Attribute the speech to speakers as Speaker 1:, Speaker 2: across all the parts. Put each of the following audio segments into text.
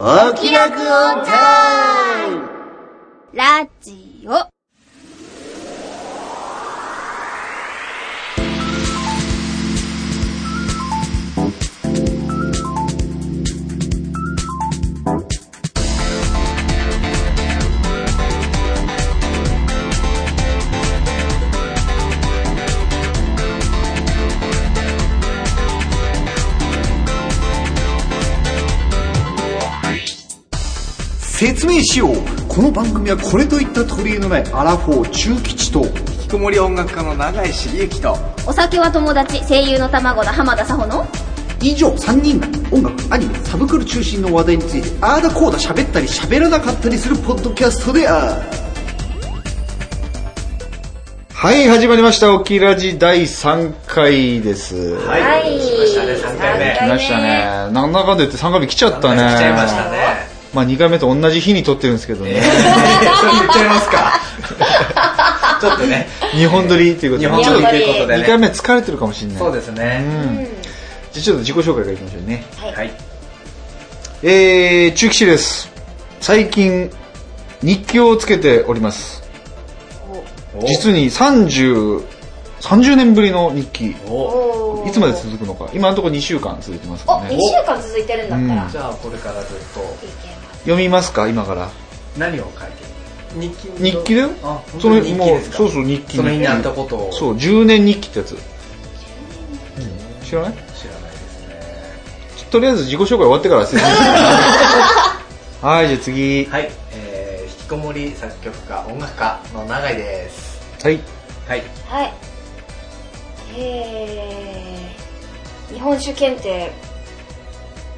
Speaker 1: お気楽オンタイム
Speaker 2: ラジオ。
Speaker 1: 説明しようこの番組はこれといった取り柄のないアラフォー中吉と
Speaker 3: 引きこもり音楽家の永井茂之と
Speaker 2: お酒は友達、声優の卵の浜田さほの。
Speaker 1: 以上3人が音楽アニメサブクル中心の話題についてああだこうだ喋ったり喋らなかったりするポッドキャストであるはい始まりました「オキラジ」第3回です
Speaker 3: はい来ましたね3回
Speaker 2: 三
Speaker 3: 目来
Speaker 1: 来ましたねなんだかんだ言って3回目来ちゃったね
Speaker 3: ちゃいましたね
Speaker 1: まあ2回目と同じ日に撮ってるんですけどね、
Speaker 3: それ言っちゃいますか ちょっとね
Speaker 1: 日本撮りというこ
Speaker 3: 日
Speaker 1: とで
Speaker 3: 本
Speaker 1: ち
Speaker 3: 中
Speaker 1: ょ
Speaker 3: と
Speaker 1: っと
Speaker 2: 撮り
Speaker 3: いうことで
Speaker 1: 2
Speaker 3: ね
Speaker 1: 回目疲れてるかもしれない
Speaker 3: そうですね
Speaker 1: うんじゃあちょっと自己紹介からいきましょうね
Speaker 3: はい
Speaker 1: えー、中吉です最近日記をつけております実に3030年ぶりの日記い
Speaker 3: お
Speaker 2: おー
Speaker 1: つまで続くのか今のところ2週間続いてますか
Speaker 2: お、
Speaker 1: ら
Speaker 2: 2
Speaker 1: ね
Speaker 2: 週間続いてるんだったら。
Speaker 1: うん
Speaker 2: い
Speaker 3: じゃあこれからずっと
Speaker 2: けます
Speaker 1: 読みますか今から
Speaker 3: 何を書いてる日記
Speaker 1: 日記だよ
Speaker 3: あ本
Speaker 1: そ
Speaker 3: 当
Speaker 1: の
Speaker 3: に日記
Speaker 1: もう
Speaker 3: ですか
Speaker 1: そうそう日記
Speaker 3: その日にあったことを
Speaker 1: そう10年日記ってやつ知らな
Speaker 3: 知らない
Speaker 1: い
Speaker 3: ですね
Speaker 1: とりあえず自己紹介終わってから説明 するはいじゃあ次
Speaker 3: はいえー引きこもり作曲家音楽家の永井です
Speaker 1: はい
Speaker 3: はい
Speaker 2: はい。えー、日本酒検定、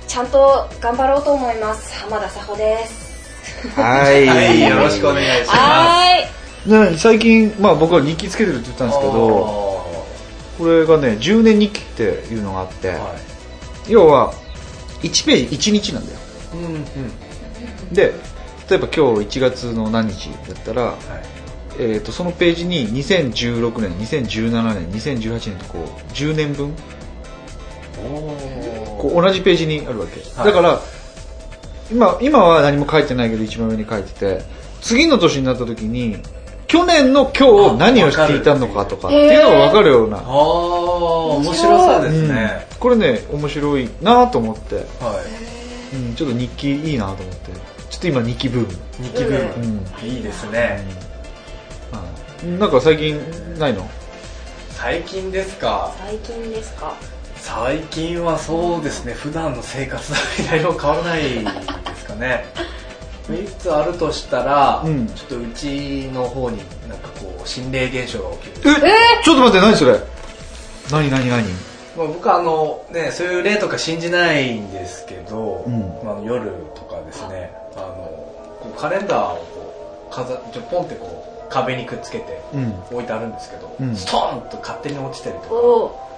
Speaker 2: ちゃんと頑張ろうと思います。浜田さほです。
Speaker 1: はい
Speaker 3: はいよろしくお願いします
Speaker 2: はーい。
Speaker 1: ね最近、まあ、僕は日記つけてるって言ったんですけど
Speaker 3: お
Speaker 1: これがね10年日記っていうのがあって、
Speaker 3: ーは
Speaker 1: 要は1ページ1日なんだよ
Speaker 3: いうんうん
Speaker 1: で例えば今日1月の何日だったら、
Speaker 3: はい
Speaker 1: えー、とそのページに2016年2017年2018年とこう10年分
Speaker 3: お
Speaker 1: こう同じページにあるわけ、
Speaker 3: はい
Speaker 1: だから今今は何も書いてないけど一番上に書いてて次の年になった時に去年の今日何をしていたのかとかっていうのが分かるような
Speaker 3: ああ面白そうですね、
Speaker 1: うんこれね面白いなと思って、
Speaker 3: はい
Speaker 1: うん、ちょっと日記いいなと思ってちょっと今日記ブーム、
Speaker 3: 日記ブーム、
Speaker 1: う
Speaker 3: いいですね
Speaker 1: うんなんか最近ないの
Speaker 3: 最近ですか
Speaker 2: 最近ですか。
Speaker 3: 最近はそうですね普段の生活の内容変わらないですか ねいつあるとしたら、
Speaker 1: うん
Speaker 3: ちょっとうちの方になんかこう心霊現象が起きる、
Speaker 1: えちょっと待って何それ何何何
Speaker 3: まあ、僕はあのねそういう霊とか信じないんですけど、
Speaker 1: うん
Speaker 3: まああの、夜とかですねあのこうカレンダーをこう飾ちょポンってこう壁にくっつけて
Speaker 1: うん
Speaker 3: 置いてあるんですけど、
Speaker 1: うん
Speaker 3: ストーンと勝手に落ちたりと
Speaker 2: おー。
Speaker 3: か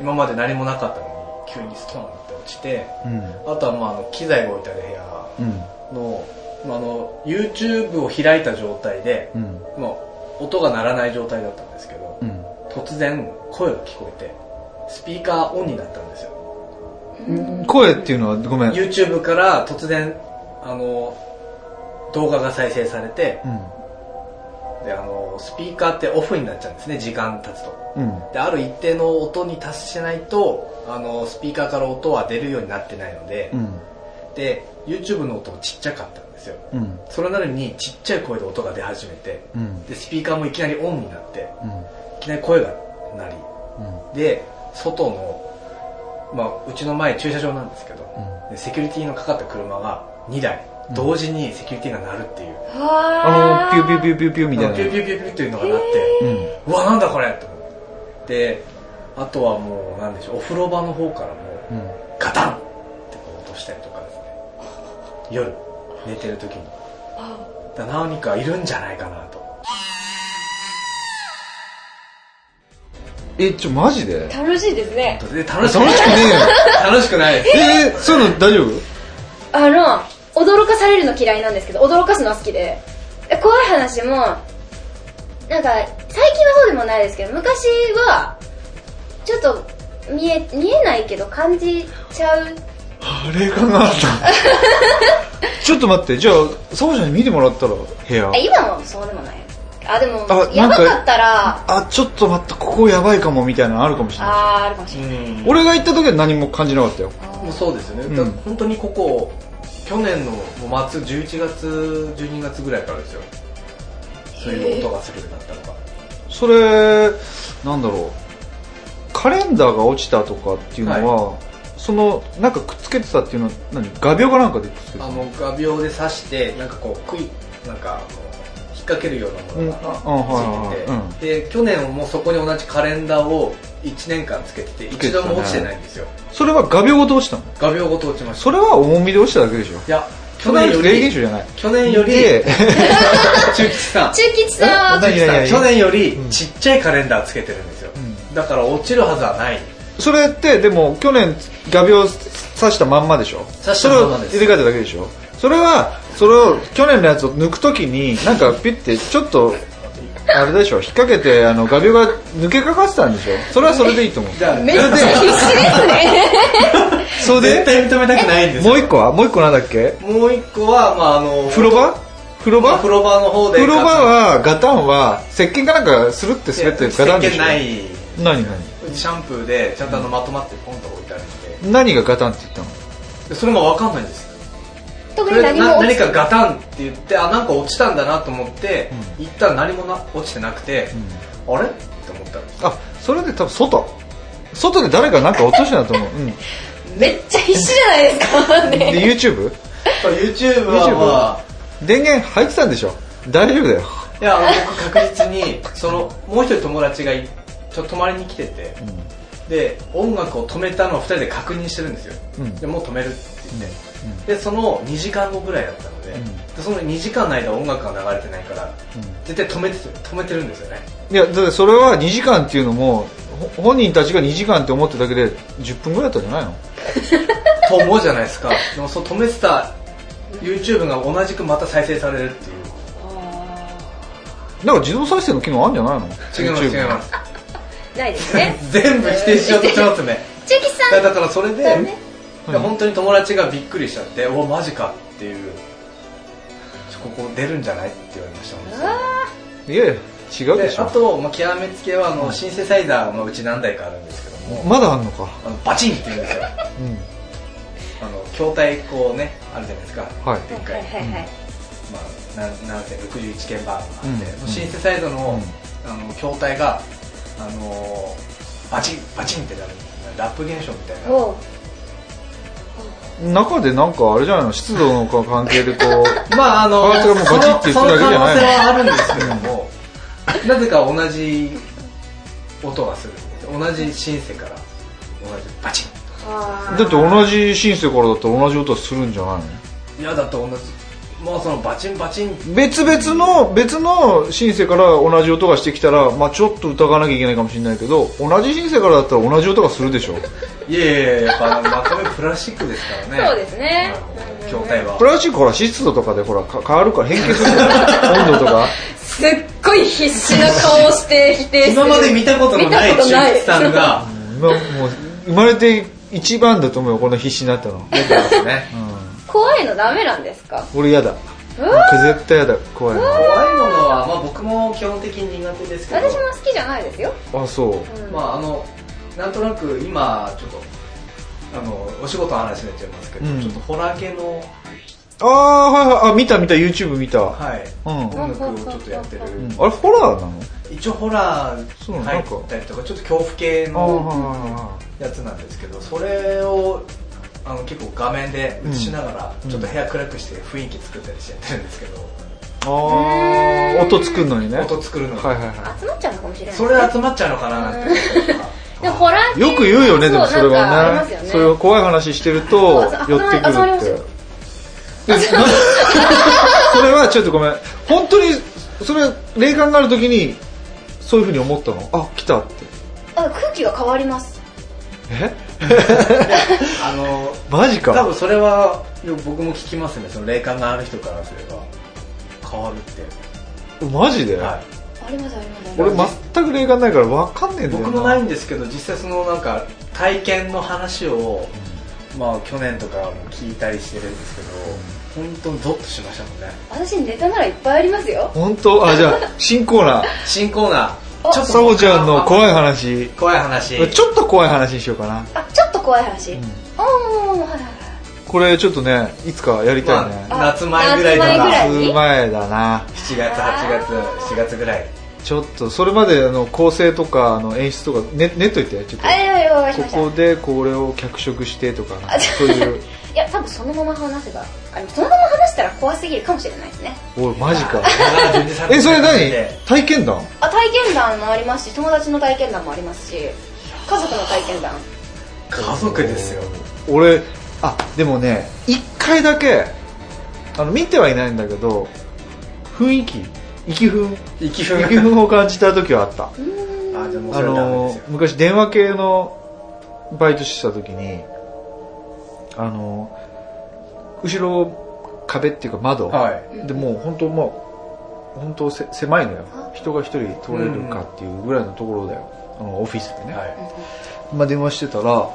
Speaker 3: 今まで何もなかったのに急にストーンって落ちて
Speaker 1: うん
Speaker 3: あとはまああの機材が置いてある部屋
Speaker 1: うん
Speaker 3: の,、まあ、あの YouTube を開いた状態で、
Speaker 1: うん
Speaker 3: まあ、音が鳴らない状態だったんですけど、突然声が聞こえてスピーカーオンになったんですよ
Speaker 1: うん声っていうのはごめん、うん、
Speaker 3: YouTube から突然あの動画が再生されてであのスピーカーってオフになっちゃうんですね時間経つと
Speaker 1: うん
Speaker 3: である一定の音に達しないとあのスピーカーから音は出るようになってないので、
Speaker 1: うん
Speaker 3: で YouTube の音もちっちゃかったんですよ
Speaker 1: うん
Speaker 3: それなのにちっちゃい声で音が出始めて
Speaker 1: うん
Speaker 3: でスピーカーもいきなりオンになって
Speaker 1: うん
Speaker 3: いきなり声が鳴り
Speaker 1: うん
Speaker 3: で外の、まあ、うちの前駐車場なんですけど、でセキュリティのかかった車が2台
Speaker 1: うん
Speaker 3: 同時にセキュリティが鳴るっていう、
Speaker 2: は
Speaker 1: あのピューピューピューピューピューみたいな
Speaker 3: ピューピューピューピューっていうのが鳴って、
Speaker 1: うん
Speaker 3: うわなんだこれと思ってであとはもうなんでしょうお風呂場の方からも
Speaker 1: うん
Speaker 3: うガタンってこう落としたりとかですね夜寝てる時にだから何かいるんじゃないかなと
Speaker 1: えちょマジで
Speaker 2: 楽しいですね。
Speaker 3: で楽
Speaker 1: 楽
Speaker 3: し
Speaker 1: し
Speaker 3: く
Speaker 1: くね
Speaker 3: ない楽しくない
Speaker 1: え よえーそういうの大丈夫
Speaker 2: あの、驚かされるの嫌いなんですけど、驚かすのは好きで。え怖い話も、なんか、最近はそうでもないですけど、昔は、ちょっと、見え、見えないけど感じちゃう
Speaker 1: 誰かなと ちょっと待ってじゃあサボちゃんに見てもらったら部屋
Speaker 2: あ今もそうでもないあでも
Speaker 1: あ
Speaker 2: やば
Speaker 1: な
Speaker 2: か
Speaker 1: ん
Speaker 2: ったらあ
Speaker 1: あちょっと待ってここやばいかもみたいなのあるかもしれない
Speaker 2: あーあるかもしれない
Speaker 3: ん
Speaker 1: 俺が行った時は何も感じなかったよ
Speaker 3: もうそうですよね、
Speaker 1: うん
Speaker 3: だから本当にここ去年のもう末11月12月ぐらいからですよそういう音がするようになったのが
Speaker 1: それなんだろうカレンダーが落ちたとかっていうのは、そのなんかくっつけてたっていうのは何画鋲かなんかでくっつけてた
Speaker 3: あ
Speaker 1: の
Speaker 3: の画鋲で刺してなんかこうクイなんかあの引っ掛けるようなもの
Speaker 1: うんあは
Speaker 3: が
Speaker 1: いはいはい
Speaker 3: ついてて、で去年もそこに同じカレンダーを1年間つけてて
Speaker 1: つけて
Speaker 3: 一
Speaker 1: たね
Speaker 3: 度も落ちてないんですよ
Speaker 1: それは画鋲ごと落ちたの
Speaker 3: 画鋲ごと落ちました
Speaker 1: それは重みで落ちただけでしょ
Speaker 3: いや去
Speaker 1: それは
Speaker 3: 年よ
Speaker 1: 霊
Speaker 3: り
Speaker 1: 現 象じゃない
Speaker 3: 去年より
Speaker 1: で
Speaker 3: 中吉さん
Speaker 2: 中吉さん
Speaker 1: え何何何
Speaker 3: 去年より
Speaker 1: うん
Speaker 3: ちっちゃいカレンダーつけてるんですよ、
Speaker 1: う
Speaker 3: だから落ちるはずはない
Speaker 1: それってでも去年画鋲刺したまんまでしょ
Speaker 3: 刺したまんまです
Speaker 1: それを入れ替えただけでしょそれはそれを去年のやつを抜くときになんかピッてちょっとあれでしょ引っ掛けてあの画鋲が抜けかかってたんでしょそれはそれでいいと思う
Speaker 3: じゃあ
Speaker 2: めっちゃ必死ですね
Speaker 1: そ
Speaker 3: 絶
Speaker 1: れで
Speaker 3: 対認めたくないんです
Speaker 1: も
Speaker 3: よ
Speaker 1: う一個はもう一個なんだっけ
Speaker 3: もう一個は、まあ、あの
Speaker 1: 風呂場風呂場
Speaker 3: 風呂場の方で
Speaker 1: 風呂場はガタンは石鹸かなんかスルって滑ってガタンでしょ
Speaker 3: ない石
Speaker 1: 何
Speaker 3: 鹸ないシャンプーでちゃんとあのまとまってポンと置いてあるんで
Speaker 1: 何何がガタンって言ったの
Speaker 3: でそれが分かんないんですよ
Speaker 2: 特
Speaker 3: そ
Speaker 2: に
Speaker 3: れで
Speaker 2: 何
Speaker 3: な
Speaker 2: も落
Speaker 3: 何
Speaker 2: ち
Speaker 3: かガタンって言ってあなんか落ちたんだなと思って、一旦何もな落ちてなくて、あれって思ったんです
Speaker 1: あそれで多分外外で誰かなんか落としてたと思う、うん、で
Speaker 2: めっちゃ必死じゃないですかね
Speaker 1: YouTube?
Speaker 3: YouTube は、
Speaker 1: YouTube
Speaker 3: まあ、
Speaker 1: 電源入ってたんでしょ大丈夫だよ
Speaker 3: いや、あの僕確実に、その、もう一人友達がいちょっと泊まりに来てて、で、音楽を止めたのを二人で確認してるんですよ。
Speaker 1: うん
Speaker 3: で、もう止めるって言って。で、その2時間後ぐらいだったので、
Speaker 1: うん
Speaker 3: でその2時間の間音楽が流れてないから、
Speaker 1: ん
Speaker 3: 絶対止めてて、止めてるんですよね。
Speaker 1: いやだってそれは2時間っていうのもほ本人たちが2時間って思ってるだけで10分ぐらいだったんじゃないの
Speaker 3: と思うじゃないですか。でも、その止めてた YouTube が同じくまた再生されるっていう。
Speaker 1: なんか自動再生の機能あるんじゃない
Speaker 3: 違
Speaker 1: の
Speaker 3: います、
Speaker 1: YouTube
Speaker 3: 違います。
Speaker 2: ないですね
Speaker 3: 全部否定しようとしてますね。
Speaker 2: 中吉
Speaker 3: いや
Speaker 2: さん
Speaker 3: だからそれで、
Speaker 2: だね
Speaker 1: うん
Speaker 3: で本当に友達がびっくりしちゃって「おマジか」っていう「ここ出るんじゃない?」って言われましたもん
Speaker 2: うわ
Speaker 1: いやいや違うで
Speaker 3: で
Speaker 1: し
Speaker 3: あ
Speaker 1: ょ
Speaker 3: と、まあ、極めつけはあのシンセサイザーのうち何台かあるんですけども、
Speaker 1: まだあんのか
Speaker 3: あのバチンって言う んですよ
Speaker 1: うん
Speaker 3: あの筐体こうねあるじゃないですか、
Speaker 1: はい
Speaker 2: ーはいはいはい
Speaker 3: まあ、なんなんせ61鍵盤があって、
Speaker 1: うんうん
Speaker 3: シンセサイザーの,、
Speaker 1: う
Speaker 3: あの筐体が、あのバチンバチンってなるラップ現象みたいな
Speaker 2: おう
Speaker 1: 中でなんかあれじゃないの湿度のか関係でこ う
Speaker 3: まああの、
Speaker 1: パーツがもうガチって言ってるだけじ
Speaker 3: そ
Speaker 1: ゃないの
Speaker 3: のその可能性はあるんですけども、なぜか同じ音がするんです。同じシンセから、同じバチ
Speaker 2: はー
Speaker 1: だって同じシンセからだったら同じ音するんじゃない
Speaker 3: ン。いやだと同じ、もうそのバチンバチン。
Speaker 1: の別々の別のシンセから同じ音がしてきたら、まあ、ちょっと疑わなきゃいけないかもしれないけど同じシンセからだったら同じ音がするでしょ
Speaker 3: いやいやいや、やっぱ中身プラスチックですからね。
Speaker 2: そうですね
Speaker 3: あの筐体は
Speaker 1: プ。ラスチックほら湿度とかでほらか変わるから変形するじゃん温度とか
Speaker 2: すっごい必死な顔して否定する
Speaker 3: 今まで見たことのない
Speaker 2: 見たことない
Speaker 3: 中吉さんが、
Speaker 1: 今もう生まれて一番だと思うよこの必死になったの、
Speaker 3: 出てますね。
Speaker 2: 怖いのダメなんですか
Speaker 1: 俺やだ
Speaker 2: うわ
Speaker 1: 絶対やだ怖い
Speaker 3: 怖いものは、まあ僕も基本的に苦手ですけど。
Speaker 2: 私も好きじゃないですよ、
Speaker 1: あそう
Speaker 2: うん
Speaker 3: まああのなんとなく今ちょっとあのお仕事の話になっちゃいますけど、
Speaker 1: うん
Speaker 3: ちょっとホラー系の、
Speaker 1: ああはいはいあ見た見た YouTube 見た、
Speaker 3: はい、
Speaker 1: うん
Speaker 3: 音楽をちょっとやってる、
Speaker 1: うんあれホラーなの
Speaker 3: 一応ホラ
Speaker 1: そう
Speaker 3: ー
Speaker 1: な
Speaker 3: 入
Speaker 1: んか
Speaker 3: ったりとかちょっと恐怖系の
Speaker 1: あ
Speaker 3: やつなんですけどそれをあの結構画面で映しながら、
Speaker 1: うん
Speaker 3: ちょっと部屋暗くして雰囲気作ったりしてやってるんですけど、
Speaker 1: あー音作るのにね
Speaker 3: 音作るの、
Speaker 1: はいはいは
Speaker 2: 集まっちゃうのかもしれない
Speaker 3: それ集まっちゃうのかななんて思ったりとか
Speaker 2: いやホラー
Speaker 1: いよく言うよねでもそれ
Speaker 2: うなんかあり
Speaker 1: は
Speaker 2: ますよ
Speaker 1: ねそれを怖い話してると寄って
Speaker 2: あ
Speaker 1: くるって
Speaker 2: ああ触りますよ
Speaker 1: でな それはちょっとごめん本当にそれ霊感がある時にそういうふうに思ったのあ来たって
Speaker 2: あ空気が変わります
Speaker 1: え
Speaker 3: あの
Speaker 1: マジ
Speaker 3: 多
Speaker 1: か
Speaker 3: 分それはでも僕も聞きますねその霊感がある人からすれば変わるって
Speaker 1: マジで、
Speaker 3: はい
Speaker 2: ありますありますあり
Speaker 1: 俺
Speaker 2: ます
Speaker 1: 全く霊感ないから分かんねえんだよ
Speaker 3: 僕もないいんですけど実際そのなんか体験の話をまあ去年とかも聞いたりしてるんですけど本当にゾッとしましたもんね
Speaker 2: 私ネタならいっぱいありますよ
Speaker 1: 本当あ、じゃあ、新コーナー。
Speaker 3: 新コーナ
Speaker 2: あ
Speaker 3: ーちょっと
Speaker 1: サボちゃんの怖い 話。
Speaker 3: 怖い話
Speaker 1: ちょっと怖い話にしようかな。
Speaker 2: あちょっと怖い話、うん、おーはいはいはい
Speaker 1: これちょっとね、いつかやりたいね。
Speaker 2: あ
Speaker 3: 夏前ぐらい
Speaker 2: 夏前
Speaker 3: だ
Speaker 2: ぐら
Speaker 3: ない
Speaker 1: 数前だな。
Speaker 3: 7月8月7月ぐらい
Speaker 1: ちょっと、それまであの構成とかあの演出とか、ね、練っといて、ちょっ
Speaker 2: あいやいやわかり
Speaker 1: と。
Speaker 2: ました
Speaker 1: ここでこれを脚色してとか、なんか
Speaker 2: あ
Speaker 1: そう いう。
Speaker 2: いや多分そのまま話せばあのそのまま話したら怖すぎるかもしれないですね
Speaker 1: おい、マジか。 え、
Speaker 3: え
Speaker 1: そ れ何体験談
Speaker 2: あ体験談もありますし友達の体験談もありますし家族の体験談
Speaker 3: 家族ですよ
Speaker 1: 俺あでもね一回だけあの見てはいないんだけど雰囲気息憤
Speaker 3: 生き
Speaker 1: 息
Speaker 3: 分
Speaker 1: 憤を感じた時はあった
Speaker 2: うーん
Speaker 3: あでも
Speaker 1: あ
Speaker 3: それダメで
Speaker 1: の
Speaker 3: すよ
Speaker 1: 昔電話系のバイトしてた時にあの後ろ壁っていうか窓、
Speaker 3: はい
Speaker 1: でもう本当もう本当せ狭いのよ人が一人通れるかっていうぐらいのところだよ、あのオフィスでね、
Speaker 3: はい
Speaker 1: まあ、電話してたら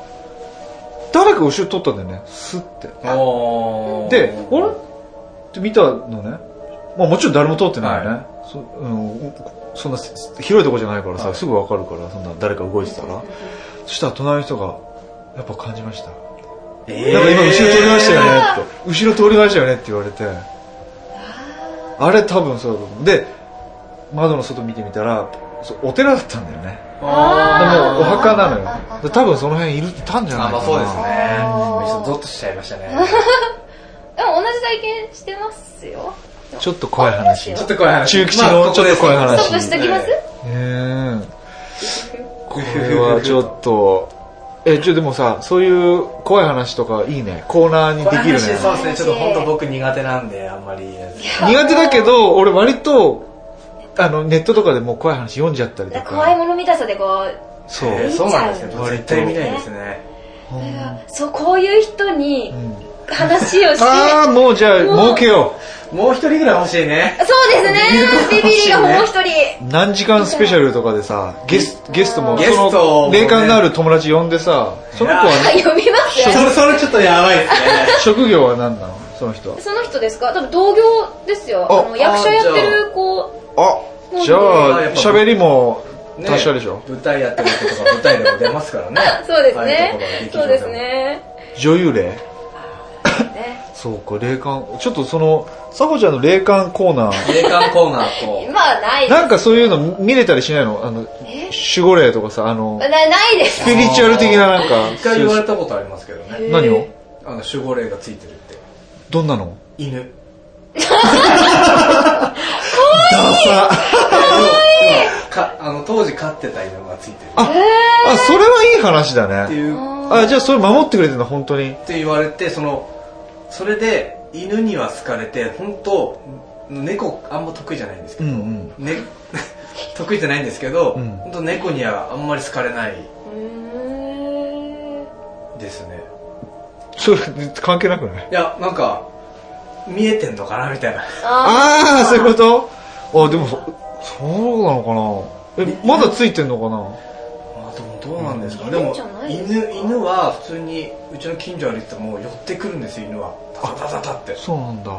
Speaker 1: 誰か後ろ取ったんだよねスッて
Speaker 3: おー
Speaker 1: で、あれって見たのね。まあもちろん誰も通ってないよね。そうんそんな広いとこじゃないからさ、
Speaker 3: はい
Speaker 1: すぐわかるから、そんな誰か動いてたら。そしたら隣の人が、やっぱ感じました。
Speaker 3: えー
Speaker 1: なんか今後ろ通りましたよねって。後ろ通りましたよねって言われて。あれ多分そうだと思う。で、窓の外見てみたら、そうお寺だったんだよね。で
Speaker 3: あ
Speaker 1: もうお墓なの
Speaker 2: あああ
Speaker 1: よ。で多分その辺いるたんじゃない
Speaker 3: あ
Speaker 1: か
Speaker 3: ま
Speaker 1: な。
Speaker 3: あそうですね
Speaker 2: あー
Speaker 3: ちょっとゾッとしちゃいましたね
Speaker 2: でも同じ体験してますよ
Speaker 1: ちょっと怖い話。
Speaker 3: ちょっと怖い話
Speaker 1: 中吉のちょっと怖い話
Speaker 2: ストップしときます、
Speaker 1: ねえこれはちょっとえちょでもさそういう怖い話とかいいねコーナーにで
Speaker 3: で
Speaker 1: き
Speaker 3: き
Speaker 1: る
Speaker 3: る
Speaker 1: ね
Speaker 3: ねそうですねちょっと本当僕苦手なんであんまり
Speaker 1: 苦手だけど俺割とあのネットとかでもう怖い話読んじゃったりとか
Speaker 2: 怖いもの見たさでこう
Speaker 1: そう、
Speaker 3: えーそうなんですね
Speaker 1: 見ちゃう
Speaker 3: 絶対見ないですね
Speaker 1: ほんま
Speaker 2: そうこういう人に
Speaker 1: うん
Speaker 2: 話をして、
Speaker 1: ああもうじゃあ
Speaker 2: もう
Speaker 1: 儲けよ
Speaker 3: もう一人ぐらい欲しいね
Speaker 2: そうですねビ
Speaker 3: ビビるかもしれない
Speaker 2: ビリがもう一人
Speaker 1: う何時間スペシャルとかでさゲスゲストも
Speaker 3: ゲストを
Speaker 1: その
Speaker 3: ね
Speaker 1: 霊感のある友達呼んでさその子は、ね、
Speaker 2: 読みますよ
Speaker 3: それそれちょっとやばいですね
Speaker 1: 職業は何なのその人は
Speaker 2: その人ですか多分同業ですよ
Speaker 1: あ
Speaker 2: あの役者やってる子
Speaker 1: あじゃあ喋りも達者でしょ、
Speaker 3: ね舞台やってる人とか舞台でも出ますからね
Speaker 2: そうです
Speaker 3: ああいうところが
Speaker 2: ね
Speaker 3: きる
Speaker 2: そうですね
Speaker 1: 女優霊
Speaker 2: ね
Speaker 1: そうか、霊感。ちょっとその、サボちゃんの霊感コーナー、
Speaker 3: 霊感コーナーと
Speaker 2: 今はないです
Speaker 1: なんかそういうの見れたりしないのあの、
Speaker 2: え
Speaker 1: 守護霊とかさ、あの
Speaker 2: な、ないで
Speaker 1: ス
Speaker 2: す
Speaker 1: ピリチュアル的ななんか、
Speaker 3: 一回言われ
Speaker 1: そう
Speaker 3: たことありますけどね
Speaker 1: 何を
Speaker 3: あの守護霊がついてるって
Speaker 1: どんなの
Speaker 3: 犬
Speaker 1: ダサ。
Speaker 3: かあの当時飼ってた犬がついてる
Speaker 1: あ、あ、それはいい話だ
Speaker 3: って
Speaker 1: ね。
Speaker 3: いう
Speaker 1: あ、じゃあそれ守ってくれてるの、本当に。
Speaker 3: って言われてそのそれで犬には好かれて本当猫あんま得意じゃないんですけ
Speaker 1: うん
Speaker 3: ど、
Speaker 1: うん。
Speaker 3: ね、 得意じゃないんですけど、
Speaker 1: うん
Speaker 3: 本当猫にはあんまり好かれないう
Speaker 2: ーん
Speaker 3: ですね
Speaker 1: それ、関係なくない
Speaker 3: いやなんか見えてんのかなみたいな
Speaker 1: あー、そういうことあ、でもそ、そうなのかなえ、まだついてんのかな
Speaker 3: あでもどうなんですか、
Speaker 2: うん
Speaker 3: でも
Speaker 2: 犬じゃないですか
Speaker 3: 犬犬は普通にうちの近所歩いてても寄ってくるんですよ犬はタタタタって
Speaker 1: そうなんだ。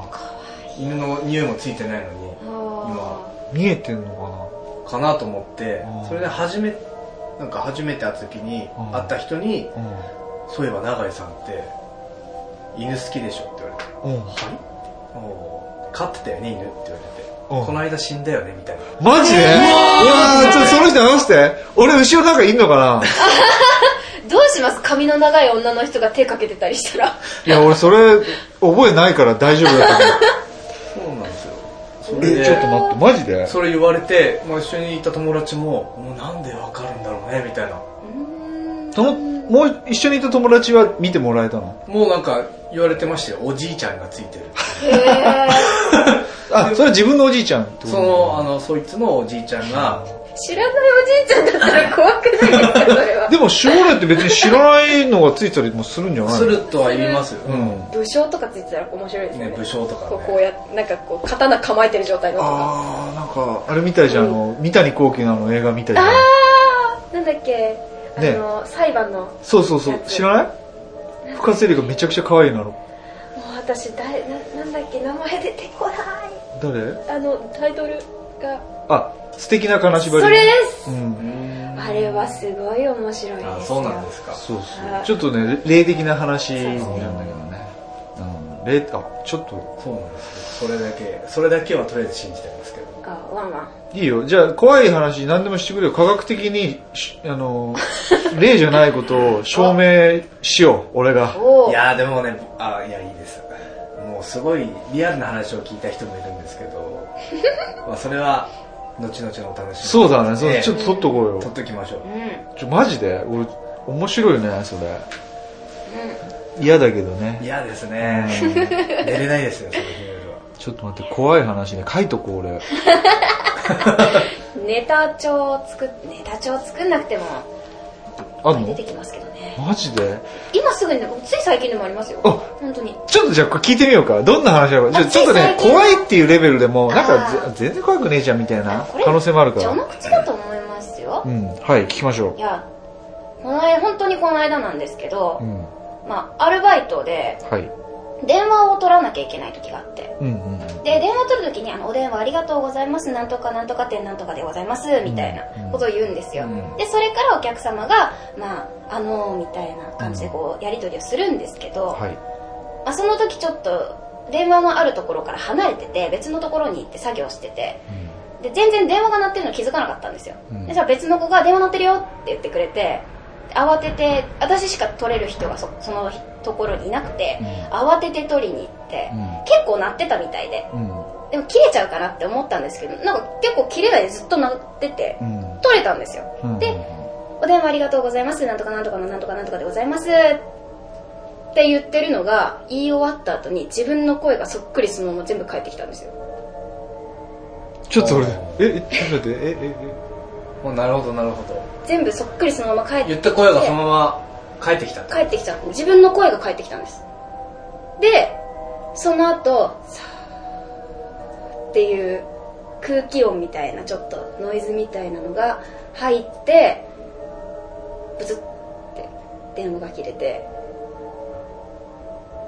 Speaker 3: 犬の匂いもついてないのに
Speaker 2: あ
Speaker 1: 見えてんの
Speaker 3: かなと思って
Speaker 1: うん
Speaker 3: それで初めなんか初めて会った時に
Speaker 1: うん
Speaker 3: 会った人に
Speaker 1: かな
Speaker 3: 「そういえば永井さんって犬好きでしょ」って言われて
Speaker 1: うん。うん。
Speaker 3: 「おー飼ってたよね犬」って言われて「
Speaker 1: うん
Speaker 3: この間死んだよね」みたいな
Speaker 1: マジでうわーちょっとその人話して。俺、後ろなんかいんのか な
Speaker 2: ーどうします髪の長い女の人が手かけてたりしたら
Speaker 1: いや、俺、それ、覚えないから大丈夫だ
Speaker 3: そうなんですよ
Speaker 1: と
Speaker 3: そ
Speaker 1: 思
Speaker 3: れ
Speaker 1: う。 え、ちょっと
Speaker 3: で
Speaker 1: 待って、マジで
Speaker 3: それ言われて、まあ、一緒にいた友達も「もうなんでわかるんだろうね」みたいな
Speaker 2: うーん
Speaker 1: その、もう一緒にいた友達は見てもらえたの
Speaker 3: もうなんか言われてましたよおじいちゃんがついてる
Speaker 2: へえ
Speaker 1: あ、それは自分のおじいちゃんってこと
Speaker 3: そのあのそいつのおじいちゃんが
Speaker 2: 知らないおじいちゃんだったら怖くないですかそれは
Speaker 1: でも、守護霊って別に知らないのがついてたりもするんじゃないの
Speaker 3: するとは言いますよ、
Speaker 1: う
Speaker 3: うん
Speaker 1: ん。
Speaker 2: 武将とかついてたら面白いですよ
Speaker 3: ね、
Speaker 2: ね
Speaker 3: 武将とか
Speaker 2: こ
Speaker 3: ね
Speaker 2: うこうやなんかこう刀構えてる状態のとか
Speaker 1: あー、なんか、あれみたいじゃん、あの、三谷幸喜のあの映画みたいじゃん。
Speaker 2: あーなんだっけあ
Speaker 1: ね
Speaker 2: の、裁判の
Speaker 1: そうそうそう、知らない副活性力めちゃくちゃ可愛いなろ。
Speaker 2: もう私だいななんだっけ名前出てこない
Speaker 1: 誰
Speaker 2: あのタイトルが
Speaker 1: あ、素敵な金縛り。
Speaker 2: それです
Speaker 1: うん。
Speaker 2: あれはすごい面白いですよ
Speaker 3: あそうなんですか
Speaker 1: そうそう
Speaker 2: あ。
Speaker 1: ちょっとね、霊的な話なんだ
Speaker 2: そう
Speaker 1: けどね。うん。霊、あ、ちょっと、
Speaker 3: そうなんですよそれだけそれだけはとりあえず信じてますけど
Speaker 2: あワンワン
Speaker 1: いいよ。じゃあ、怖い話何でもしてくれよ。科学的にし、あ の、霊じゃないことを証明しよう、俺が。
Speaker 2: お
Speaker 3: い
Speaker 2: ー
Speaker 3: やーでもねあいやいいですもうすごいリアルな話を聞いた人もいるんですけ どまあそれは後々のお楽しみ
Speaker 1: そうだね、そう
Speaker 3: ええ
Speaker 1: ちょっと撮っとこう
Speaker 3: 撮っ
Speaker 1: よ。
Speaker 3: ときましょう
Speaker 2: う
Speaker 1: ちょ、マジで俺、面白いね、それ。嫌だけどね。
Speaker 3: 嫌ですね
Speaker 1: うん
Speaker 3: 寝れないですよその日の夜は
Speaker 1: ちょっと待って、怖い話ね。書いとこう、俺。
Speaker 2: んネタ帳作っネタ帳作んなくても
Speaker 1: あん
Speaker 2: 出
Speaker 1: の
Speaker 2: てきますけどね
Speaker 1: マジで
Speaker 2: 今すぐにでもつい最近でもありますよ
Speaker 1: あ
Speaker 2: 本当に
Speaker 1: ちょっとじゃあこれ聞いてみようか。どんな話だろう。じゃあ
Speaker 2: あ
Speaker 1: ちょっとね
Speaker 2: 最、近
Speaker 1: 怖いっていうレベルでも、なん
Speaker 2: あ
Speaker 1: か
Speaker 2: ー
Speaker 1: ぜ全然怖くねえじゃんみたいな
Speaker 2: これ
Speaker 1: 可能性もあるか
Speaker 2: 序
Speaker 1: ら。
Speaker 2: の口だと思いますよ、
Speaker 1: うん。はい、聞きましょ
Speaker 2: いやこの間本当にこの間なんですけど、
Speaker 1: う。うん。
Speaker 2: まあアルバイトで
Speaker 1: はい。
Speaker 2: 電話を取らなきゃいけない時があって
Speaker 1: うんうん。
Speaker 2: で電話取る時にあの「お電話ありがとうございますなんとかなんとか店なんとかでございます」みたいなことを言うんですよ、
Speaker 3: うん
Speaker 2: でそれからお客様が「まああのー」みたいな感じでこうやり取りをするんですけど、
Speaker 1: はい。
Speaker 2: まあ、その時ちょっと電話のあるところから離れてて別のところに行って作業しててで全然電話が鳴ってるの気づかなかったんですよ、
Speaker 1: うん
Speaker 2: でさ別の子が「電話鳴ってるよ」って言ってくれて慌てて私しか取れる人がそそのところにいなくて、
Speaker 1: うん
Speaker 2: 慌てて取りに行って、
Speaker 1: うん
Speaker 2: 結構鳴ってたみたいで
Speaker 1: うん。
Speaker 2: でも切れちゃうかなって思ったんですけどなんか結構切れないでずっと鳴ってて
Speaker 1: うん。
Speaker 2: 取れたんですよ
Speaker 1: うん。
Speaker 2: でお電話ありがとうございます。なんとかなんとかのなんとかなんとかでございます。って言ってるのが、言い終わった後に自分の声がそっくりそのまま全部返ってきたんですよ。
Speaker 1: ちょっと俺、え、えちょっと待って、え、え、
Speaker 3: もうなるほどなるほど
Speaker 2: 全部そっくりそのまま返って
Speaker 3: 言った声がそのまま帰ってきたって
Speaker 2: 返ってきちゃう。自分の声が返ってきたんです。で、その後、さーっていう空気音みたいな、ちょっとノイズみたいなのが入って、ブツって電話が切れて、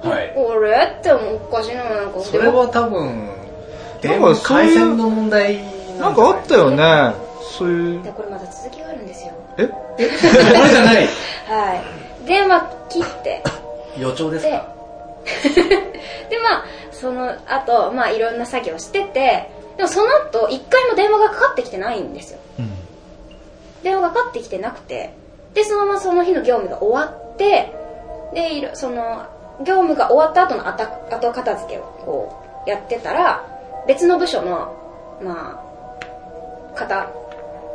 Speaker 3: はい
Speaker 2: あれってもうおかしいな、なんか。
Speaker 3: それは多分電
Speaker 1: なん
Speaker 3: 話
Speaker 1: かそうい
Speaker 3: 回
Speaker 1: う
Speaker 3: 線の問題
Speaker 1: え、
Speaker 3: な
Speaker 1: なんん
Speaker 3: じ
Speaker 1: か
Speaker 3: ゃ
Speaker 1: あったよね。そういう
Speaker 2: で、これまだ続きがあるんですよ
Speaker 1: え
Speaker 3: ないこれじゃ ない
Speaker 2: はい電話切って
Speaker 3: 予兆です
Speaker 2: で
Speaker 3: か
Speaker 2: で まあその後まあいろんな作業しててでもその後一回も電話がかかってきてないんですよ
Speaker 1: うん。
Speaker 2: 電話がかかってきてなくてでそのままその日の業務が終わってでいろその業務が終わった後のあた後片付けをこうやってたら別の部署のまあ方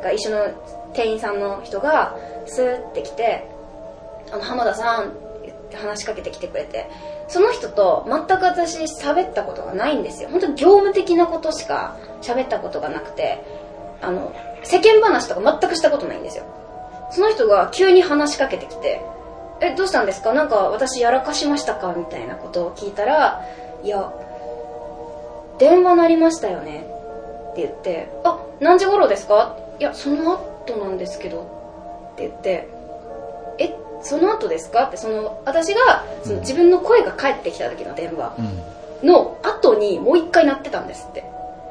Speaker 2: が一緒の店員さんの人がスーって来て「あの浜田さん」って話しかけてきてくれてその人と全く私喋ったことがないんですよ本当に業務的なことしか喋ったことがなくてあの世間話とか全くしたことないんですよその人が急に話しかけてきて「えどうしたんですかなんか私やらかしましたか?」みたいなことを聞いたら「いや電話鳴りましたよね」って言って「あ何時頃ですか?」いやその後なんですけど」って言って「えその後ですか?」ってその私がその自分の声が返ってきた時の電話の後にもう一回鳴ってたんですって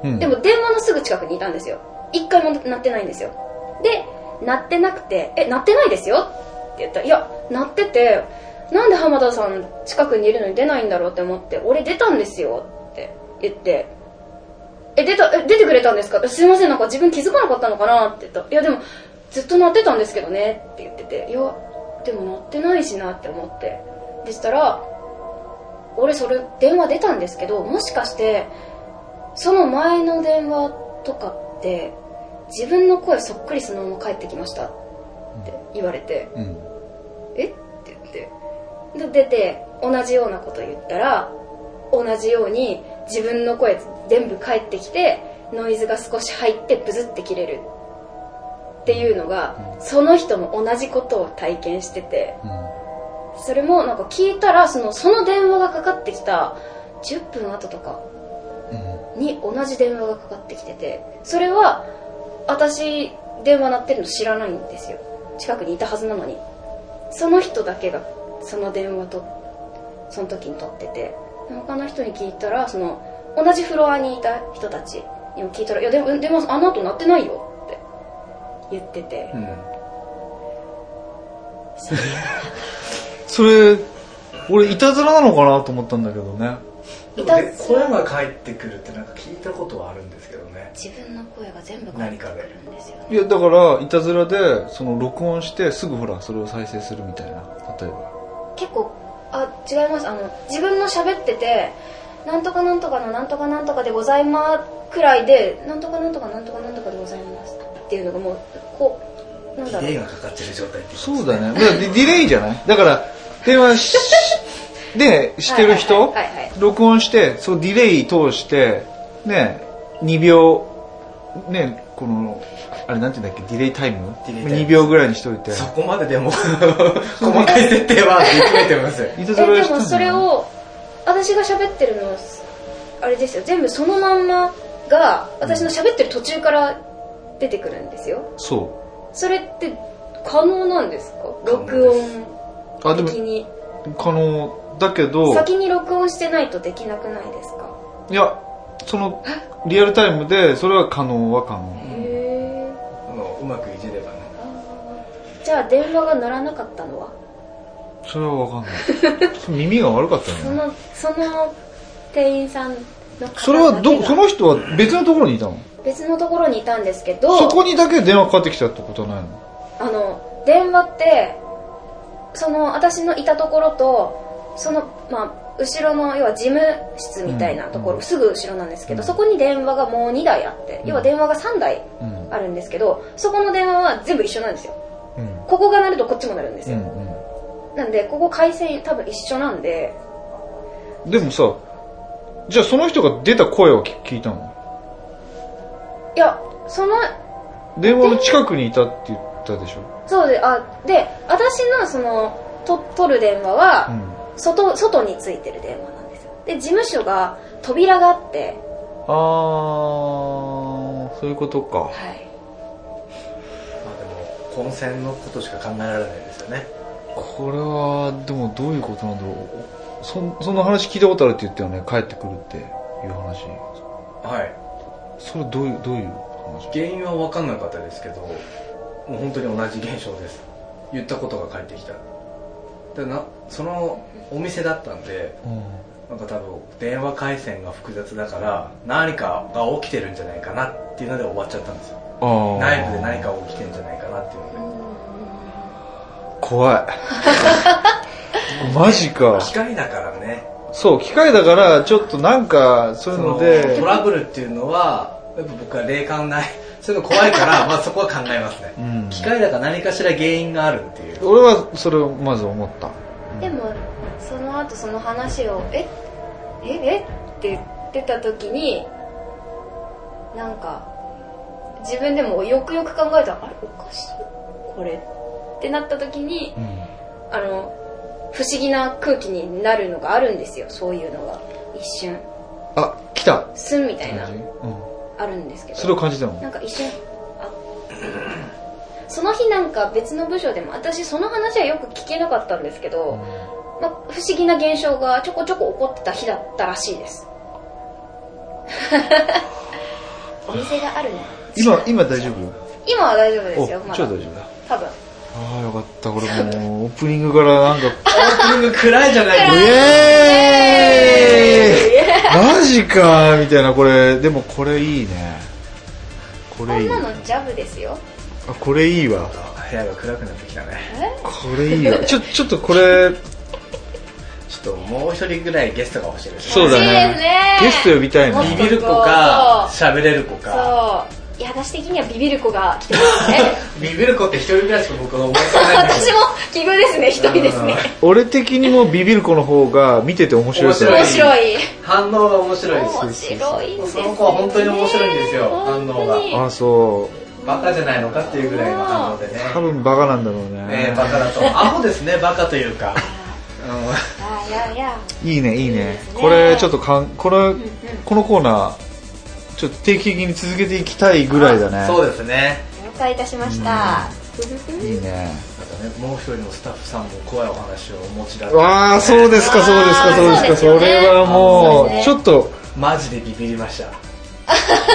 Speaker 1: うん。うん
Speaker 2: で、も電話のすぐ近くにいたんですよ一回も鳴ってないんですよで鳴ってなくて「え鳴ってないですよ」って言ったら「いや鳴っててなんで浜田さん近くにいるのに出ないんだろうって思って「俺出たんですよ」って言って「え出たえ出てくれたんですか?」すいませんなんか自分気づかなかったのかな」って言ったら「いやでもずっと鳴ってたんですけどね」って言ってて「いやでも鳴ってないしな」って思ってでしたら「俺それ電話出たんですけどもしかしてその前の電話とかって自分の声そっくりそのまま返ってきましたって言われて
Speaker 1: うん。
Speaker 2: 「えっ?」て言ってで出て同じようなこと言ったら同じように自分の声全部返ってきてノイズが少し入ってブズって切れるっていうのがその人も同じことを体験してて
Speaker 1: うん
Speaker 2: それもなんか聞いたらそのその電話がかかってきた10分後とか
Speaker 1: うん。
Speaker 2: に同じ電話がかかってきててそれは私電話鳴ってるの知らないんですよ近くにいたはずなのにその人だけがその電話とその時に撮ってて他の人に聞いたらその同じフロアにいた人たちにも聞いたら「いやでもでもあの後鳴ってないよ」って言ってて、
Speaker 3: うん。
Speaker 1: それ、俺、いたずらなのかなと思ったんだけどね。
Speaker 3: で
Speaker 2: い
Speaker 3: も
Speaker 2: た
Speaker 3: ね声が返ってくるってなんか聞いたことはあるんですけどね。
Speaker 2: 自分の声が全部返っ
Speaker 3: 何
Speaker 2: て
Speaker 3: かで。
Speaker 2: くるんですよね
Speaker 1: いや、だから、いたずらで、その、録音して、すぐほら、それを再生するみたいな、例えば。
Speaker 2: 結構あ違いますあの自分の喋っててなんとかなんとかのなんとかなんとかでございますくらいでなんとかなんとかなんとかなんとかでございますっていうのがもうこうなんだろ
Speaker 3: ディレイ
Speaker 2: う
Speaker 3: がかかってる状態って
Speaker 1: そうだね。だからディディレイじゃないだから、電話し、で、してる人、
Speaker 2: はいはいはいはい
Speaker 1: 録音して、そのディレイ通して、ね、2秒、ね、この、あれなんて言うんだっけ、ディレイタイム
Speaker 3: ディレイタイム
Speaker 1: ?2 秒ぐらいにしといて。
Speaker 3: そこまででも、 細かい設定はできめてますよ。
Speaker 1: いた
Speaker 2: えで
Speaker 1: ずらしたんだ
Speaker 2: も
Speaker 1: よ
Speaker 2: それを私が喋ってるのはあれですよ全部そのまんまが私の喋ってる途中から出てくるんですよ
Speaker 1: そ
Speaker 2: それって可能なんですか
Speaker 3: 能です
Speaker 2: 録音
Speaker 1: う。あ、で
Speaker 2: 的
Speaker 1: も、
Speaker 2: に
Speaker 1: 可能だけど、
Speaker 2: 先に録音してないとできなくないですか
Speaker 1: いや、その、リアルタイムで、それは可能は可能。
Speaker 2: へー
Speaker 3: あのうまくいじればね。
Speaker 2: じゃあ電話が鳴らなかったのは
Speaker 1: それは わかんない。それ耳が悪かった
Speaker 2: そ
Speaker 1: よね。
Speaker 2: のその店員さんの方
Speaker 1: それは
Speaker 2: だけ
Speaker 1: ど、
Speaker 2: が
Speaker 1: その人は別のところにいたの
Speaker 2: 別のところにいたんですけど
Speaker 1: そこにだけ電話かかってきたってことはないの
Speaker 2: あの電話ってその私のいたところとそのまあ後ろの要は事務室みたいなところ、
Speaker 1: うん
Speaker 2: すぐ後ろなんですけど、
Speaker 1: うん
Speaker 2: そこに電話がもう2台あって、要は電話が3台
Speaker 1: うん。
Speaker 2: あるんですけどそこの電話は全部一緒なんですよ
Speaker 1: うん。
Speaker 2: ここが鳴るとこっちも鳴るんです
Speaker 1: う
Speaker 2: よ、
Speaker 1: ん。うん。
Speaker 2: なんでここ回線多分一緒なんで
Speaker 1: でもさ、じゃあその人が出た声は聞聞いたの
Speaker 2: いやその
Speaker 1: 電話の近くにいたって言ったでしょ
Speaker 2: そうで、あ、で、私のその、と、取る電話
Speaker 1: う
Speaker 2: は、
Speaker 1: ん。
Speaker 2: 外、外についてる電話なんですよ。で、事務所が、扉があって、
Speaker 1: あー、そういうことか。
Speaker 2: はい。
Speaker 3: まあでも、混戦のことしか考えられないですよね。
Speaker 1: これは、でもどういうことなんだろう。そん、その話聞いたことあるって言ったよね。帰ってくるっていう話。
Speaker 3: はい。
Speaker 1: それどういう、どういう話
Speaker 3: 原因は分かんなかったですけど、もう本当に同じ現象です。言ったことが返ってきた。でなそのお店だったんで、
Speaker 1: うん。
Speaker 3: なんか多分電話回線が複雑だから、何かが起きてるんじゃないかなっていうので終わっちゃったんですよ。
Speaker 1: あー。
Speaker 3: 内部で何かが起きてるんじゃないかなっていうので。
Speaker 1: 怖い。 マジか。
Speaker 3: 機械だからね
Speaker 1: そう、機械だから、ちょっとなんか、そうい
Speaker 3: そうの
Speaker 1: ので。
Speaker 3: トラブルっていうのはやっぱ僕は霊感ない そういうの怖い からまあそこは考えますね、
Speaker 1: うん
Speaker 3: 機械だから何かしら原因があるっていう
Speaker 1: 俺はそれをまず思った。うん
Speaker 2: でも、その後その話を、え、え、えって言ってた時に、なんか、自分でもよくよく考えたら、あれ、おかしいこれ。ってなった時に、
Speaker 1: うん
Speaker 2: あの、不思議な空気になるのがあるんですよ、そういうのが。一瞬。
Speaker 1: あ、来た
Speaker 2: すんみたいな
Speaker 1: 感じ、、うん、
Speaker 2: あるんですけ
Speaker 1: それを
Speaker 2: ど。
Speaker 1: 感じたの
Speaker 2: なんか一瞬、あ、その日なんか別の部署でも、私その話はよく聞けなかったんですけど、まあ、不思議な現象がちょこちょこ起こってた日だったらしい です。お店があるね。
Speaker 1: 今、今大丈夫
Speaker 2: 今は大丈夫ですよ、ま
Speaker 1: 超
Speaker 2: だ
Speaker 1: 大。丈夫だ。
Speaker 2: 多分。
Speaker 1: ああ、よかった。これもう、 オープニングからなんか、
Speaker 3: オープニング暗いじゃない
Speaker 1: イ
Speaker 3: ですか
Speaker 1: エーイマジかみたいな、これ、でもこれいいね。こ
Speaker 2: こ
Speaker 1: れい
Speaker 2: ん
Speaker 1: い。
Speaker 2: な
Speaker 1: あ、
Speaker 2: のジャブですよ。
Speaker 1: これいいわ。
Speaker 3: 部屋が暗くなってきたね
Speaker 1: これいいわ。ちょ、ちょっとこれ、
Speaker 3: ちょっともう一人ぐらいゲストが欲しいです
Speaker 1: そうだ
Speaker 2: 欲しいですね
Speaker 1: ね。ゲスト呼びたい
Speaker 2: もっと
Speaker 1: ね。
Speaker 3: ビビる子か喋れる子か
Speaker 2: そう。いや、私的にはビビる子が来てますね。
Speaker 3: ビビる子って一人ぐらいしか僕は思いつかないんです
Speaker 2: 私も奇遇ですね、一人ですね。
Speaker 1: 俺的にもビビる子の方が見てて面白いから
Speaker 2: 面白い。
Speaker 3: 反応が面白いで
Speaker 2: 面
Speaker 3: す
Speaker 2: 白いです
Speaker 3: そ
Speaker 2: ね。
Speaker 3: の子は本当に面白いんですよ
Speaker 2: 本当に
Speaker 3: 反応が
Speaker 1: ああ、そ
Speaker 3: バカじゃないのかっていうぐらいの反応でね
Speaker 1: う。多分バカなんだろう
Speaker 3: ねバ
Speaker 1: ね。
Speaker 3: カだと。アホですね、バカというか。う
Speaker 2: あいやいや。
Speaker 1: いいね、いい
Speaker 2: いい
Speaker 1: ね
Speaker 2: です。ね
Speaker 1: これ、ちょっとかん、これ
Speaker 2: うんうん、
Speaker 1: このコーナー、ちょっと定期的に続けていきたいぐらいだ
Speaker 3: ん
Speaker 1: ね。
Speaker 3: そうですね。
Speaker 2: 了解いたしました。
Speaker 1: いい
Speaker 3: な
Speaker 1: ね。
Speaker 3: んかねもう一人のスタッフさんも怖いお話をお持ちだ
Speaker 1: わあそうですかそうですかそうですかそ
Speaker 2: そうですよね
Speaker 1: れはも
Speaker 2: そう
Speaker 1: う
Speaker 2: です
Speaker 1: ち
Speaker 2: ね
Speaker 1: ょっと
Speaker 3: マジでビビりました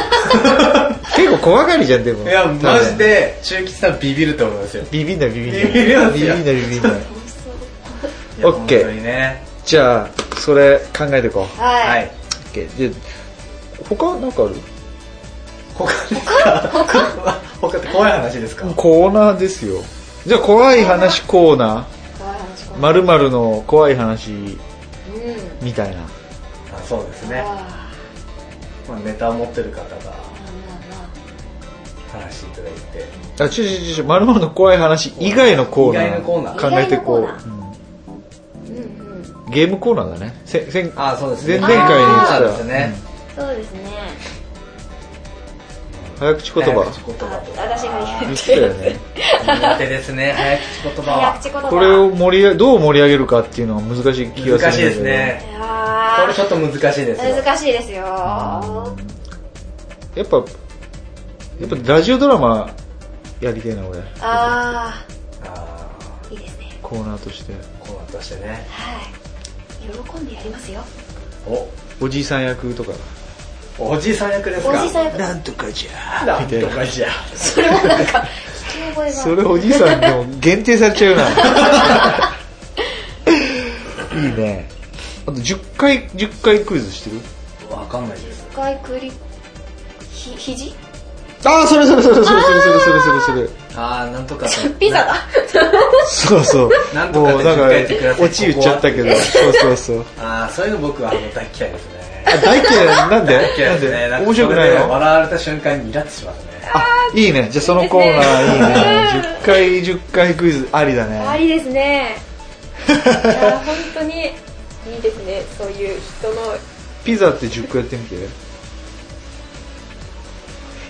Speaker 1: 結構怖がりじゃんでも
Speaker 3: いやマジで中吉さんビビると思いますよ
Speaker 1: ビビんなビビ
Speaker 3: ビ
Speaker 1: んな
Speaker 3: ビりますよ
Speaker 1: ビビんなビビんな
Speaker 3: オや
Speaker 1: OK
Speaker 3: 本当にね
Speaker 1: じゃあそれ考えていこう
Speaker 2: は
Speaker 3: はいい
Speaker 1: OK で他なんかある
Speaker 3: 他ですか他他って怖い話ですか
Speaker 1: コーナーですよじゃあ怖い話コーナ
Speaker 2: 怖い話
Speaker 1: ー
Speaker 2: 怖い
Speaker 1: まるの怖い話
Speaker 2: うん
Speaker 1: みたいな
Speaker 3: あそうですね
Speaker 2: あ、あ
Speaker 3: まあ、ネタを持ってる方
Speaker 2: ま
Speaker 3: が
Speaker 2: あ
Speaker 3: 話していただいて
Speaker 1: あちょちょちょまるの怖い話以外のコーナー
Speaker 3: 以外のコーナ
Speaker 2: ー
Speaker 1: 考えていこ
Speaker 2: 意
Speaker 1: う
Speaker 2: 外のコまあまあうんうん
Speaker 1: うんゲームコーナーだねせせん
Speaker 3: あそうですね
Speaker 1: 前々回に言ってた
Speaker 3: あーそうですね、
Speaker 2: そうですね
Speaker 1: 早口言
Speaker 3: 早
Speaker 1: 葉
Speaker 3: 口言葉とか
Speaker 2: 私が言
Speaker 1: 言
Speaker 2: っ
Speaker 1: ってた
Speaker 2: て
Speaker 1: よね
Speaker 3: 苦手ですね早口言葉
Speaker 2: 早
Speaker 3: は
Speaker 2: 口言葉
Speaker 1: これを盛 り上げどう盛り上げるかっていうのが難しい気がするんだけど
Speaker 3: 難しいですね
Speaker 2: い
Speaker 3: こ
Speaker 2: や
Speaker 3: れちょっと難しいですよ
Speaker 2: ー難しいですよ
Speaker 1: やっぱやっぱラジオドラマやりたいな俺
Speaker 2: あ
Speaker 3: あ
Speaker 2: あいいですね
Speaker 1: コーナーとして
Speaker 3: ーコーナーとしてね
Speaker 2: はい喜んでやりますよ
Speaker 1: おじいさん役とか
Speaker 3: おおじいさん役ですか
Speaker 2: おじさん役
Speaker 1: なんとかじゃ
Speaker 3: な
Speaker 1: みたい
Speaker 3: ん
Speaker 1: な
Speaker 3: とかじゃ
Speaker 2: それもなんか聞き覚えが
Speaker 1: それおじいさんでも限定されちゃ うないいねあと10回10回クイズしてる
Speaker 3: わかんないです
Speaker 2: 一回くりひ肘
Speaker 1: ああそれそれそれそれそれそれそれそれそれ
Speaker 3: ああなんとか
Speaker 2: ピザだ
Speaker 1: そうそう
Speaker 3: なんとか
Speaker 1: もうなん
Speaker 3: 10回言ってくだ
Speaker 1: か
Speaker 3: さい
Speaker 1: 落ち言っちゃったけどそうそうそう
Speaker 3: ああそういうの僕はあの大嫌いですね
Speaker 1: あ大嫌いなんで
Speaker 3: 大嫌
Speaker 1: ないん
Speaker 3: ですね
Speaker 1: で
Speaker 3: んか
Speaker 1: 面白くない
Speaker 3: それで
Speaker 1: の
Speaker 3: 笑われた瞬間にイラってしまうね
Speaker 1: あいいねじゃあそのコーナーいいね10回10回クイズありだ
Speaker 2: あ
Speaker 1: ね
Speaker 2: りですねいや本当にいいですねそういう人の
Speaker 1: ピザって10個やってみて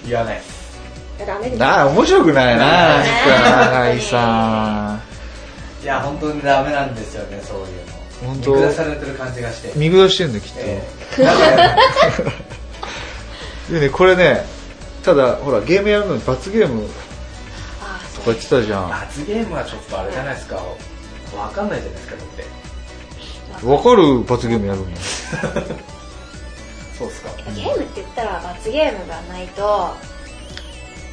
Speaker 3: 言わないです
Speaker 2: ダメです
Speaker 1: なあ面白くないな
Speaker 3: ね
Speaker 1: 長井さ
Speaker 3: いや本当にダメなんですよねそういうの
Speaker 1: 本当
Speaker 3: 見下されてる感じがして
Speaker 1: ん見下してんだきっと、
Speaker 3: ええだから
Speaker 1: でねこれねただほらゲームやるのに罰ゲーム
Speaker 2: あー
Speaker 1: とか言ってたじゃん
Speaker 3: 罰ゲームはちょっとあれじゃないですかわかんないじゃないですかだって
Speaker 1: わかる罰ゲームやるの
Speaker 3: そうっすか
Speaker 2: ゲームって言ったら罰ゲームがないと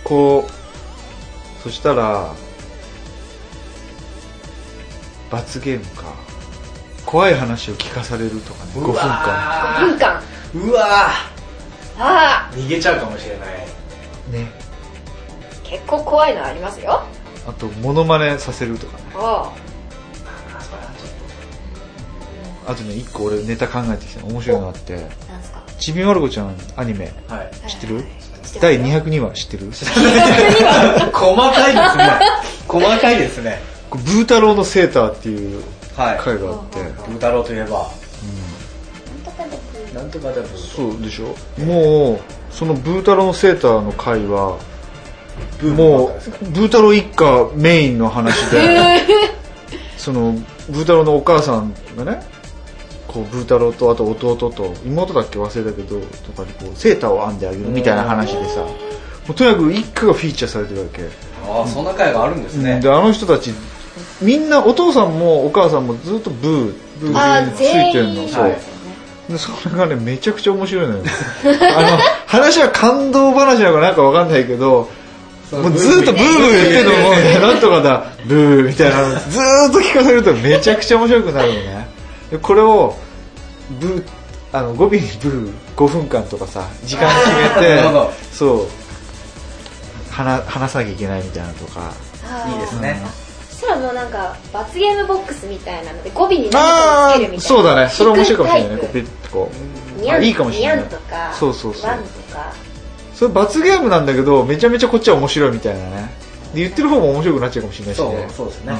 Speaker 1: こうそしたら罰ゲームか怖い話を聞かされるとかね5分間
Speaker 2: 文
Speaker 3: 間
Speaker 2: 間
Speaker 3: うわ
Speaker 2: あ
Speaker 3: ー逃げちゃうかもしれない
Speaker 1: ね
Speaker 2: あ結構怖いのありますよ
Speaker 1: あとモノマネさせるとかね
Speaker 2: おう
Speaker 3: あそれはちょっと
Speaker 1: あとね1個俺ネタ考えてきたの面白いのがあって
Speaker 2: なんですか
Speaker 1: ちびまる子ちゃんアニメ
Speaker 3: はい。
Speaker 1: 知ってる
Speaker 2: はいはい知って
Speaker 1: 第
Speaker 2: ます
Speaker 1: 202話知っ てる
Speaker 3: 細かいですね。細かいですね。
Speaker 1: これブー太郎のセーターっていう
Speaker 3: は
Speaker 1: 回があって、
Speaker 3: ブー太郎といえば、
Speaker 2: なんとかで
Speaker 3: なんとかでも、
Speaker 1: そうでしょもうそのブー太郎のセーターの回は
Speaker 3: ブー
Speaker 1: も
Speaker 3: も
Speaker 1: うブー太郎一家メインの話でそのブー太郎のお母さんがねこうブー太郎とあと弟と妹だっけ忘れたけどとかにこうセーターを編んであげるみたいな話でさもうとにかく一家がフィーチャーされてるわけ、
Speaker 3: ああ、そんな回があるんですね
Speaker 1: で。あの人たちみんなお父さんもお母さんもずっとブーブ
Speaker 2: あ
Speaker 1: ー
Speaker 2: ー
Speaker 1: ついてる
Speaker 2: 全
Speaker 1: の
Speaker 2: 員
Speaker 1: そう、
Speaker 3: はい
Speaker 1: でそれがねめちゃくちゃ面白いのよ あの話は感動話なのかなんかわかんないけどもうずーっとブーブー言ってるのもうねなんとかだブーみたいなのずーっと聞かせるとめちゃくちゃ面白くなるのねでこれをブーあの語尾にブー5分間とかさ時間決 め
Speaker 3: なるほど
Speaker 1: てそう話話さなきゃいけないみたいなとか
Speaker 2: あー
Speaker 3: いいですね。
Speaker 2: そしたらもうなんか罰ゲームボックスみたいなので語尾に何かを
Speaker 1: あ
Speaker 2: つ
Speaker 1: あ
Speaker 2: けるみたいな
Speaker 1: そうだねそれ面白いかもしれないね
Speaker 2: 低
Speaker 1: こ
Speaker 2: いうタ
Speaker 1: ピ
Speaker 2: イ
Speaker 1: ッとこ
Speaker 2: プ
Speaker 1: う
Speaker 2: にゃ
Speaker 1: あ
Speaker 2: ん
Speaker 1: いいかもしれな
Speaker 2: にゃんとか
Speaker 1: そうそうそう
Speaker 2: ワンとか
Speaker 1: それ罰ゲームなんだけどめちゃめちゃこっちは面白いみたいなねで言ってる方も面白くなっちゃうかもしれないし
Speaker 3: そ
Speaker 1: ね
Speaker 3: う、そうです
Speaker 1: う
Speaker 3: ね
Speaker 1: ん。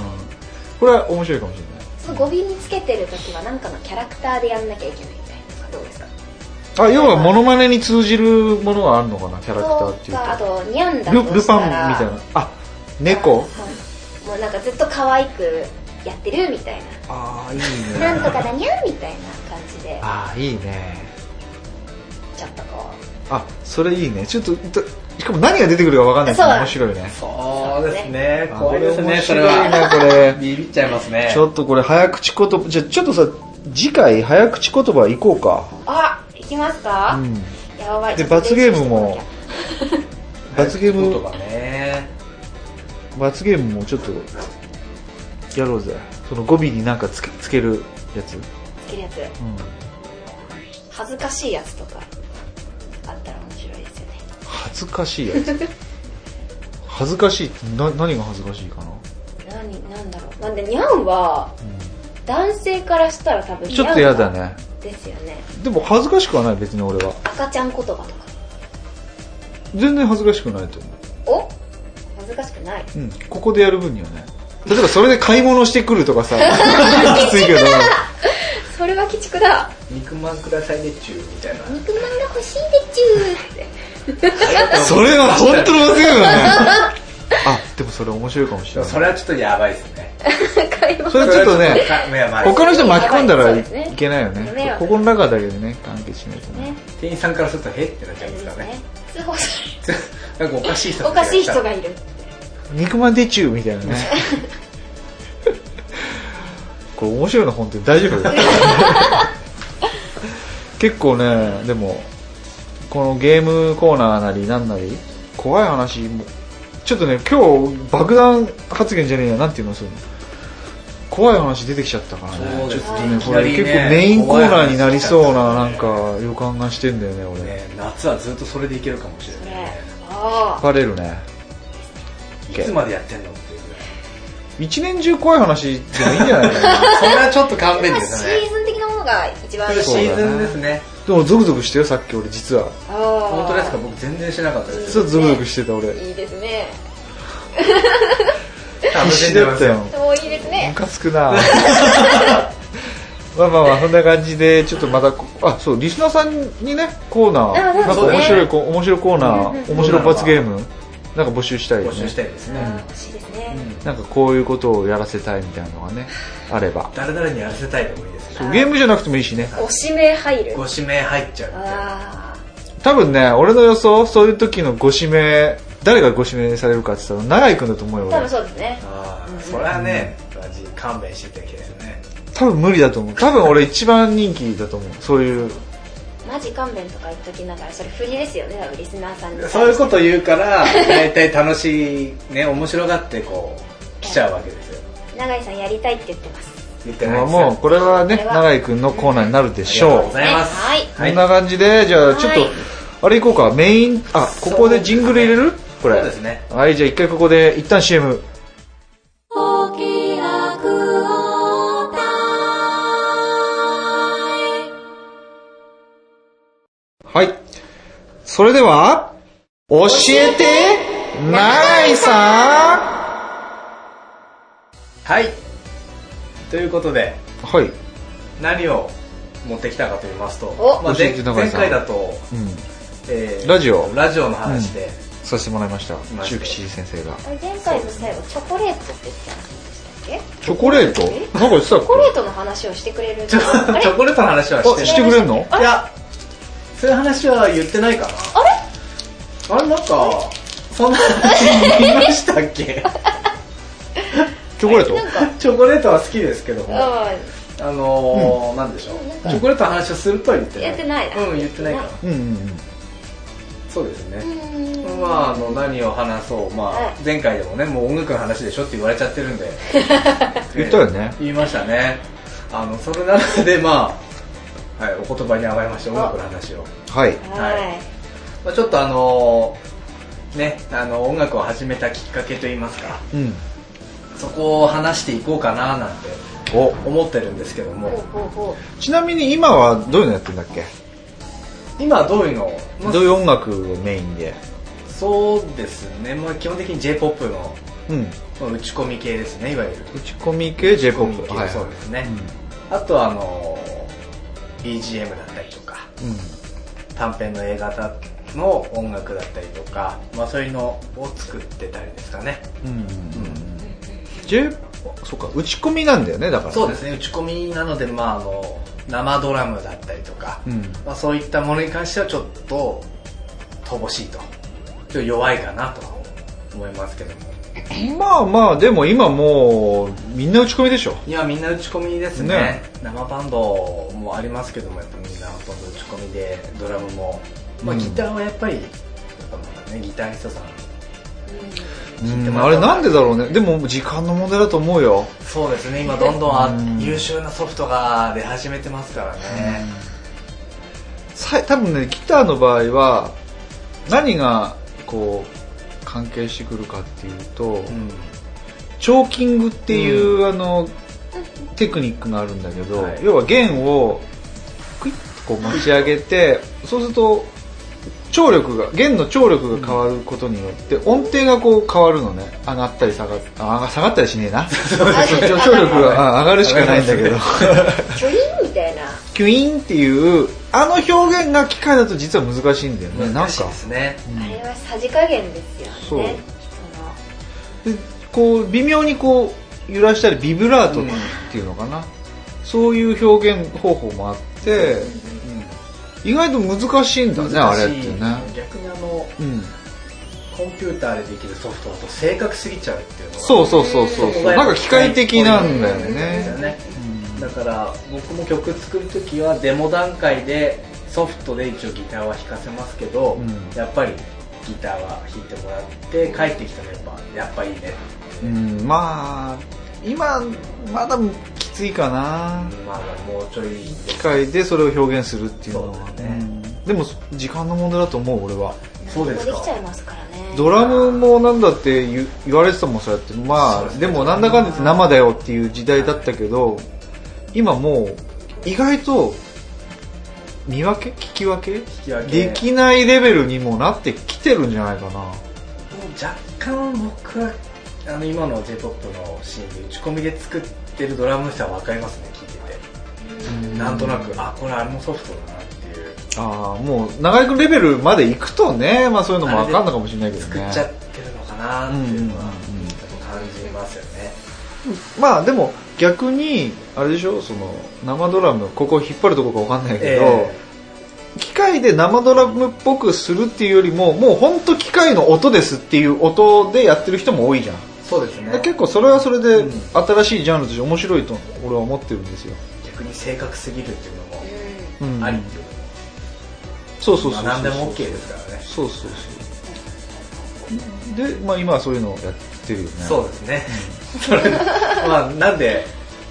Speaker 1: これは面白いかもしれ
Speaker 2: その語尾につけてる時はなんかのキャラクターでやんなきゃいけないみたいなどうですか
Speaker 1: ないあ要はモノマネに通じるものがあるのかなキャラクターっ
Speaker 2: そ
Speaker 1: てい
Speaker 2: うかあ
Speaker 1: う
Speaker 2: とにゃんだ
Speaker 1: とルルパンみたいなあ猫
Speaker 2: はいもうなんかずっと可愛くやってるみたい
Speaker 1: ああいい
Speaker 2: な なんとかだにゃんみたいな感じで
Speaker 1: ああいいね
Speaker 2: ちょっとこう
Speaker 1: あそれいいねちょっといたしかも何が出てくるか分かんないから面白いね
Speaker 3: そうですね
Speaker 1: あ
Speaker 3: 怖いですねそ
Speaker 1: こ
Speaker 3: れ
Speaker 1: れ面白いね
Speaker 3: は
Speaker 1: これ
Speaker 3: ビビっちゃいますね
Speaker 1: ちょっとこれ早口言葉じゃあちょっとさ次回早口言葉行こうか
Speaker 2: あ行きますか、
Speaker 1: うん
Speaker 2: やばいち
Speaker 1: で
Speaker 2: ょっと
Speaker 1: 罰ゲームも罰ゲー
Speaker 3: と
Speaker 1: ム
Speaker 3: かね
Speaker 1: 罰ゲームもちょっとやろうぜその語尾になんかつけつけるやつ、うん、
Speaker 2: つけるやつ恥ずかしいやつとかあったら面白いですよね
Speaker 1: 恥ずかしいやつ 恥ずかしいってな何が恥ずかしいかな、
Speaker 2: 何なんだろうなんでニャンは男性からしたら多分
Speaker 1: ちょっと嫌だね
Speaker 2: ですよね
Speaker 1: でも恥ずかしくはない別に俺は
Speaker 2: 赤ちゃん言葉とか
Speaker 1: 全然恥ずかしくないと思う
Speaker 2: お恥ずかしくない
Speaker 1: うん、ここでやる分には ね例えばそれで買い物してくると かさきついけど
Speaker 2: それは鬼畜だ
Speaker 3: 肉まんくださいでちゅうみたいな
Speaker 2: 肉まんが欲しいでちゅーって
Speaker 1: それは本当の罰ゲームだね あでもそれ面白いかもしれない
Speaker 3: それはちょっとやばいですね
Speaker 2: 買い物
Speaker 1: それちょっとね
Speaker 3: それはちょっとやばい
Speaker 1: 他の人巻き込んだら
Speaker 2: そうです
Speaker 1: い
Speaker 2: ね
Speaker 1: けないよね
Speaker 2: 迷惑
Speaker 1: ここの中だけでね完結しないとね
Speaker 2: ね
Speaker 3: 店員さんからするとへってなっち
Speaker 2: あ
Speaker 3: ゃうん
Speaker 2: れ
Speaker 3: で
Speaker 2: です
Speaker 3: か
Speaker 2: すね
Speaker 3: ね
Speaker 2: 通報す
Speaker 3: なんかおかしい人
Speaker 2: る おかしい人がいる
Speaker 1: 肉まんでちゅうみたいなね これ面白いな本当に大丈夫 結構ねでもこのゲームコーナーなりなんなり怖い話もちょっとね今日爆弾発言じゃねえやなんていうのそういうの怖い話出てきちゃったから
Speaker 3: そうで
Speaker 1: ねちょ
Speaker 3: す
Speaker 1: っ
Speaker 3: ね
Speaker 1: と
Speaker 3: いき
Speaker 1: ねこ
Speaker 3: な
Speaker 1: れ
Speaker 3: りね
Speaker 1: 結構メインコーナーになりそうな
Speaker 3: 怖
Speaker 1: な
Speaker 3: 話出ちゃった
Speaker 1: いんか予感がしてんだよね俺
Speaker 3: ね夏はずっとそれでいけるかもしれ
Speaker 2: そ
Speaker 3: ない
Speaker 2: れ
Speaker 3: ね
Speaker 2: あ
Speaker 1: バレるね
Speaker 3: いつまでやってんのっていうぐらい
Speaker 1: 一年中怖い話でもいいんじゃないかな
Speaker 3: それはちょっと勘
Speaker 2: あ
Speaker 3: 弁
Speaker 2: まあ
Speaker 3: です
Speaker 2: シ
Speaker 3: ね
Speaker 2: ーズン的なものが一番
Speaker 1: そう
Speaker 3: シーズンですね
Speaker 1: でもゾクゾクしてよさっき俺実は
Speaker 2: ああ
Speaker 3: 本当ですか僕全然しなかったで
Speaker 1: ち
Speaker 3: す
Speaker 1: ょっとゾクゾクしてた俺
Speaker 2: いいですね
Speaker 1: 必死だったよ
Speaker 2: そういいですね
Speaker 1: ムカつくなまあまあまあそんな感じでちょっとまたこあそうリスナーさんにねコーナー
Speaker 2: あそうですね
Speaker 1: なんか面白いこ面白いコーナ
Speaker 2: うんうん
Speaker 1: ー面白い罰ゲームなんか募集したいよ
Speaker 3: 募集
Speaker 1: ね
Speaker 3: したいですね
Speaker 2: あ欲しいですね
Speaker 1: なんかこういうことをやらせたいみたいなのがねあれば
Speaker 3: 誰々にやらせたいでもいいです
Speaker 1: そうゲームじゃなくてもいいしね
Speaker 2: おしめ入る
Speaker 3: ご指名入っちゃうみたいな
Speaker 2: あ
Speaker 1: 多分ね俺の予想そういう時のご指名誰がご指名されるかって言ったら永井君だと思うよ
Speaker 2: あ
Speaker 1: 俺
Speaker 2: 多分そうですね
Speaker 3: あーそれはねマジ勘弁していただきたいですね
Speaker 1: 多分無理だと思う多分俺一番人気だと思うそういう
Speaker 2: マジ勘弁とか言っときながらそれ振りですよね多分リスナーさんに
Speaker 3: そういうこと言うから大体楽しいね面白がってこう来ちゃうわけですよ
Speaker 2: 永井さんやりたいって言ってます
Speaker 3: 言ってない
Speaker 1: まあ
Speaker 3: です
Speaker 1: もうこれはね
Speaker 2: これは
Speaker 1: 永井君のコーナーになるでしょ
Speaker 3: あ
Speaker 1: う
Speaker 3: りがとうございます
Speaker 2: はい
Speaker 1: こんな感じでじゃあちょっと
Speaker 2: はい
Speaker 1: あれ行こうかメインあここでジングル入れるこれ
Speaker 3: そうですね
Speaker 1: はいじゃあ一回ここで一旦 CM はいそれでは教えて永井さん
Speaker 3: はいということで
Speaker 1: はい
Speaker 3: 何を持ってきたかと言いますと
Speaker 2: お
Speaker 3: まあ、
Speaker 1: 教え
Speaker 3: 前
Speaker 1: て永井
Speaker 3: 前
Speaker 1: さん
Speaker 3: 回だと、
Speaker 1: うん
Speaker 3: えー
Speaker 1: ラジオ
Speaker 3: ラジオの話で、
Speaker 1: させてもらいました
Speaker 3: ました
Speaker 1: 中吉先生が
Speaker 2: あれ前回の最後チョコレートって言ってたんでしたっけチ
Speaker 1: チョコレートなんか言ってたっ
Speaker 2: ョコレートの話をしてくれる
Speaker 3: ちょ
Speaker 2: あれ
Speaker 3: チョコレートの話はして
Speaker 1: あ
Speaker 3: る
Speaker 1: してくれんの
Speaker 3: いやそういう話は言ってないか
Speaker 2: あれ
Speaker 3: なあれなんかそんな話言いましたっけ
Speaker 1: チョコレート
Speaker 2: なんか
Speaker 3: チョコレートは好きですけどもあ
Speaker 2: うん
Speaker 3: のーなんでしょう
Speaker 2: うん
Speaker 3: チョコレートの話をするとは言ってない
Speaker 2: 言ってないな
Speaker 3: うん言ってないかな
Speaker 1: うんうんうん、
Speaker 3: そうですね、
Speaker 2: うーん
Speaker 3: まあ、あの何を話そう、まあ
Speaker 2: は、
Speaker 3: 前回でもね、もう音楽の話でしょって言われちゃって るんで
Speaker 1: 言ったよね
Speaker 3: 言いましたね、あのそれなので、まあはい、お言葉に甘えまして、音楽の話を、
Speaker 1: はい
Speaker 2: は
Speaker 3: まあ、ちょっとあのね、あの音楽を始めたきっかけといいますか、
Speaker 1: うん
Speaker 3: そこを話していこうかななんて
Speaker 1: お
Speaker 3: 思ってるんですけど
Speaker 2: いほう
Speaker 3: も、
Speaker 2: ほうほ
Speaker 1: ちなみに今はどういうのやってんだっけ
Speaker 3: 今はどういうのを、まあ
Speaker 1: どういう音楽をメインで
Speaker 3: そうですね、まあ、基本的に j p o p の、
Speaker 1: うん
Speaker 3: まあ打ち込み系ですね、いわゆる。
Speaker 1: 打ち込み系 j p o
Speaker 3: コミュ
Speaker 1: p
Speaker 3: ニケ
Speaker 1: はい
Speaker 3: そうですね、
Speaker 1: う
Speaker 3: あとはあの BGM だったりとか
Speaker 1: んうん
Speaker 3: 短編の映画だの音楽だったりとか、まあ、そういうのを作ってたりですかね、
Speaker 1: うんうんうん、J そうか打ち込みなんだよねだから
Speaker 3: そうですね打ち込みなので、まあ、あの生ドラムだったりとか、
Speaker 1: うん
Speaker 3: まあ、そういったものに関してはちょっと乏しいと。ちょっと弱いかなと思いますけども。
Speaker 1: まあまあ、でも今もう、みんな打ち込みでしょ。
Speaker 3: 今みんな打ち込みですね
Speaker 1: ね
Speaker 3: 生バンドもありますけどもやっぱみんなほとんど打ち込みでドラムも、まあ、
Speaker 1: うん
Speaker 3: ギターはやっぱり、やっぱまだねギタリストさん
Speaker 1: うんあれなんでだろうね。でも時間の問題だと思うよ。
Speaker 3: そうですね今どんどんあ
Speaker 1: うん
Speaker 3: 優秀なソフトが出始めてますからね、
Speaker 1: さい多分ねギターの場合は何がこう関係してくるかっていうと、
Speaker 3: うん
Speaker 1: チョーキングっていう、あのテクニックがあるんだけど、
Speaker 3: はい
Speaker 1: 要は弦をクイッとこう持ち上げてそうすると張力が弦の張力が変わることによって音程がこう変わるのね上がったり下がったあ下がったりしねえな張張力があ上がるしかないんだ けど
Speaker 2: キュイーンみたいな
Speaker 1: キュインっていうあの表現が機械だと実は難しいんだよねなん
Speaker 3: 難しい
Speaker 1: か
Speaker 3: ですね
Speaker 2: あれはさじ加減ですよねそ
Speaker 1: そう
Speaker 2: の
Speaker 1: でこう微妙にこう揺らしたりビブラートっていうのかな、そういう表現方法もあって、意外と難しいんだねあ
Speaker 3: 難
Speaker 1: れっ
Speaker 3: してい
Speaker 1: ね
Speaker 3: 逆にあの
Speaker 1: うん、
Speaker 3: コンピューターでできるソフトだと正確すぎちゃうっていうのが
Speaker 1: そうそうそうそう
Speaker 3: こ
Speaker 1: そう
Speaker 3: こがや
Speaker 1: な
Speaker 3: っ
Speaker 1: ん
Speaker 3: ぱ
Speaker 1: か機械的なんだよ
Speaker 3: ですよ
Speaker 1: ね、
Speaker 3: ね
Speaker 1: うん
Speaker 3: だから僕も曲作る時はデモ段階でソフトで一応ギターは弾かせますけど、
Speaker 1: うん
Speaker 3: やっぱりギターは弾いてもらって帰ってきたらやっぱやっぱいいね、
Speaker 1: うん、まあ今まだきついかな
Speaker 3: まあもうちょい
Speaker 1: 機械でそれを表現するっていうのは
Speaker 3: そうだね
Speaker 1: うんでも時間の問題だと思う俺は
Speaker 3: そうで
Speaker 2: ここ
Speaker 3: す
Speaker 2: で
Speaker 3: か
Speaker 2: きちゃいますからね
Speaker 1: ドラムもなんだって言う言われてたもんそうやって
Speaker 3: そ
Speaker 1: ま
Speaker 3: う
Speaker 1: あ
Speaker 3: ですね
Speaker 1: でもなんだかんだ言って生だよっていう時代だったけど今もう意外と見分け聞き分け
Speaker 3: 引き分け
Speaker 1: できないレベルにもなってきてるんじゃないかな
Speaker 3: 若干僕はあの今の j p o p のシーンで打ち込みで作ってるドラムさは分かりますね聞いてて、なんとなくあこれあれもソフトだなっていう
Speaker 1: ああもう長井君レベルまで行くとねまあそういうのも分かんのかもしれないけど
Speaker 3: 作
Speaker 1: ね
Speaker 3: っちゃってるのかなっていうのは
Speaker 1: うんうんうん
Speaker 3: 感じますよね、
Speaker 1: まあでも逆にあれでしょその生ドラムここ引っ張るとこか分かんないけど、
Speaker 3: え
Speaker 1: 機械で生ドラムっぽくするっていうよりももうほんと機械の音ですっていう音でやってる人も多いじゃん、
Speaker 3: えそうですね
Speaker 1: 結構それはそれで
Speaker 3: うん
Speaker 1: 新しいジャンルとして面白いと俺は思ってるんですよ、
Speaker 3: 逆に正確すぎるっていうのも
Speaker 2: う
Speaker 1: うん、
Speaker 3: ありっていうのも、
Speaker 1: そうそう
Speaker 3: ま
Speaker 1: そ
Speaker 3: あ何
Speaker 1: う
Speaker 3: でも OK ですからね
Speaker 1: そうそうそうでまあ今はそういうのをやってるよね
Speaker 3: そうですねそれ まあなんで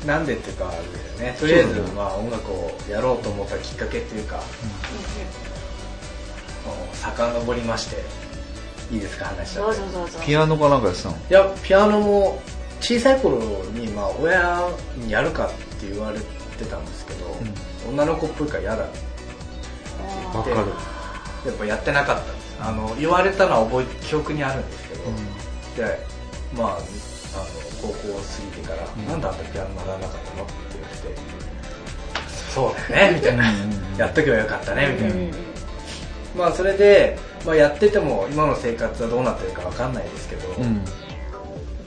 Speaker 3: なんでっていうかあれだよねとりあえず
Speaker 1: そうだね
Speaker 3: まあ音楽をやろうと思ったきっかけっていうか、さか遡りましていいですか話しち
Speaker 2: ど
Speaker 3: ゃっ
Speaker 2: う
Speaker 3: て
Speaker 2: ぞどうぞ
Speaker 1: ピアノかなんかやってたの
Speaker 3: いやピアノも小さい頃にまあ親にやるかって言われてたんですけど、女の子っぽいから嫌だって
Speaker 1: わかる、
Speaker 3: やっぱやってなかったんですあの言われたのは覚え記憶にあるんですけど、でまああの高校を過ぎてから、
Speaker 1: ん
Speaker 3: なんであんたピアノ習わなかったのって言ってそうだ よねみたいな
Speaker 1: うんうんうん
Speaker 3: やっとけばよかったねみたいな、
Speaker 2: うん
Speaker 3: まあそれで、まあ、やってても今の生活はどうなってるかわかんないですけど、
Speaker 1: うん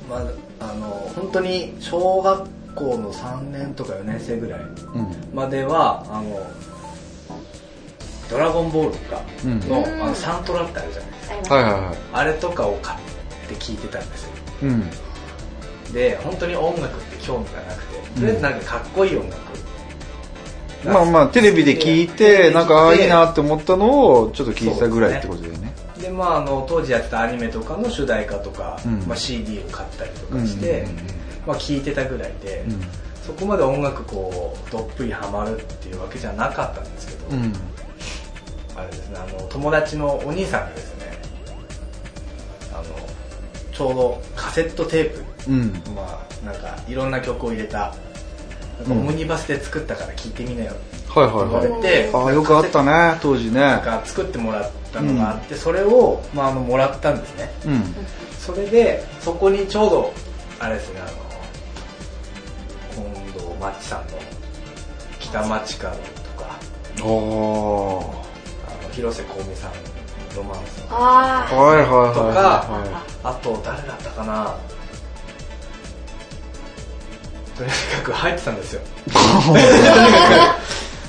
Speaker 3: まあ、あの本当に小学校の3年とか4年生ぐらい
Speaker 1: うん
Speaker 3: まではあの「ドラゴンボール」とか
Speaker 1: うん
Speaker 3: の,、
Speaker 2: うん
Speaker 3: あのサントラってあるじゃないですか
Speaker 2: あります
Speaker 1: はいはいはい
Speaker 3: あれとかを買って聞いてたんですよ
Speaker 1: うん
Speaker 3: で本当に音楽って興味がなくてとりあえずなんかかっこいい音楽、
Speaker 1: まあまあテレビで聞いてなんかああいいなって思ったのをちょっと聞いてたぐらいってことだよね
Speaker 3: でまああの当時やってたアニメとかの主題歌とか、
Speaker 1: うん
Speaker 3: まあ、CD を買ったりとかして、
Speaker 1: うんうんうん
Speaker 3: まあ、聞いてたぐらいで、そこまで音楽こうどっぷりハマるっていうわけじゃなかったんですけど、
Speaker 1: うん
Speaker 3: あれですねあの友達のお兄さんがですねあのちょうどカセットテープ
Speaker 1: うん
Speaker 3: まあなんかいろんな曲を入れたなんかオ
Speaker 1: うん
Speaker 3: ムニバスで作ったから聴いてみなよって
Speaker 1: はい
Speaker 3: 言わ
Speaker 1: はい
Speaker 3: れ
Speaker 1: はい
Speaker 3: て、
Speaker 1: ああよくあったね当時ね
Speaker 3: なんか作ってもらったのがあって、それを、まあ、あのもらったんですね
Speaker 1: うん
Speaker 3: それでそこにちょうどあれですねあの近藤真知さんの「北町角」とか
Speaker 1: あ
Speaker 3: あ
Speaker 1: あ
Speaker 3: の広瀬香美さんの「ロマンス」とか
Speaker 2: ああ
Speaker 1: はいはい
Speaker 3: とか、
Speaker 1: はいは
Speaker 3: あと誰だったかなとにかく入ってたんですよ
Speaker 1: い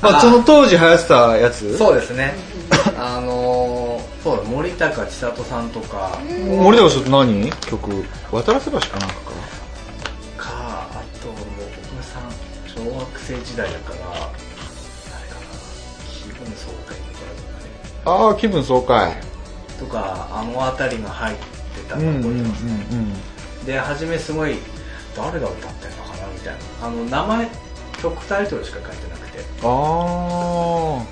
Speaker 1: まあその当時流行ってたやつ
Speaker 3: そうですねあのーそうだ森高千里さんとか
Speaker 1: 森高さんって何曲渡らせ橋かなんかか
Speaker 3: かあともう僕がさん小学生時代だから誰かな気分爽快とかだね
Speaker 1: ああ気分爽快
Speaker 3: とかあの辺りが入ってた
Speaker 1: う
Speaker 3: の
Speaker 1: んうんうん
Speaker 3: 覚
Speaker 1: う
Speaker 3: え
Speaker 1: ん
Speaker 3: てますね、で初めすごい誰が歌ってんのかなみたいなあの名前曲タイトルしか書いてなくて
Speaker 1: あ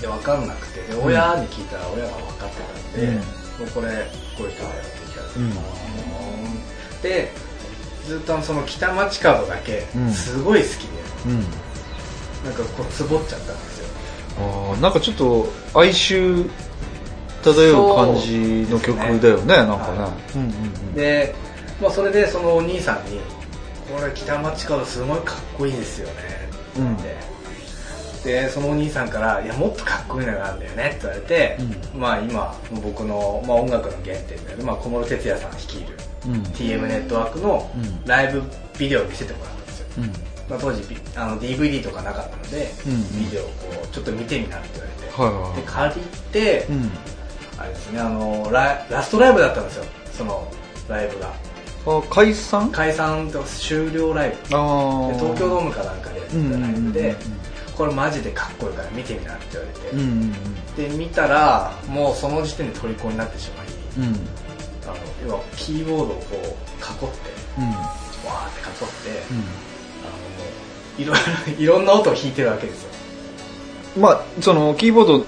Speaker 3: で分かんなくてで
Speaker 1: ん
Speaker 3: 親に聞いたら親が分かってたんで、
Speaker 1: うん
Speaker 3: もうこれこういう人がやってきた
Speaker 1: うん
Speaker 3: うん、でずっとあのその北町角だけ
Speaker 1: うん
Speaker 3: すごい好きで、
Speaker 1: あうん
Speaker 3: なんかこうつぼっちゃったんですよ
Speaker 1: あーなんかちょっと哀愁漂う感じの曲だよねなんかねうんうんうん
Speaker 3: で、まあ、それでそのお兄さんに「これ北町角すごいかっこいいですよね」って言って、でそのお兄さんから「いやもっとかっこいいのがあるんだよね」って言われて、まあ今僕の、まあ、音楽の原点である、まあ、小室哲哉さん率いる
Speaker 1: うん
Speaker 3: TM ネットワークの
Speaker 1: うん
Speaker 3: ライブビデオを見せてもらったんですよ、
Speaker 1: うん
Speaker 3: まあ、当時ビあの DVD とかなかったので、
Speaker 1: うん
Speaker 3: ビデオをこうちょっと見てみなって言われて、
Speaker 1: はいはいはい
Speaker 3: で借りて、
Speaker 1: うん
Speaker 3: あれですねあのララストライブだったんですよそのライブが
Speaker 1: あ解散
Speaker 3: 解散と終了ライブ
Speaker 1: あ
Speaker 3: で
Speaker 1: あ
Speaker 3: 東京ドームかなんかでやってたライブ
Speaker 1: うんうんうんう
Speaker 3: で
Speaker 1: ん
Speaker 3: これマジでかっこいいから見てみなって言わ
Speaker 1: うんう
Speaker 3: れてで
Speaker 1: ん
Speaker 3: 見たらもうその時点で虜になってしまい
Speaker 1: うんうん
Speaker 3: あの要はキーボードをこう囲って
Speaker 1: うん
Speaker 3: わーって囲って
Speaker 1: う
Speaker 3: あ
Speaker 1: ん
Speaker 3: のもういろいろ いろんな音を弾いてるわけですよ
Speaker 1: まあそのキーボード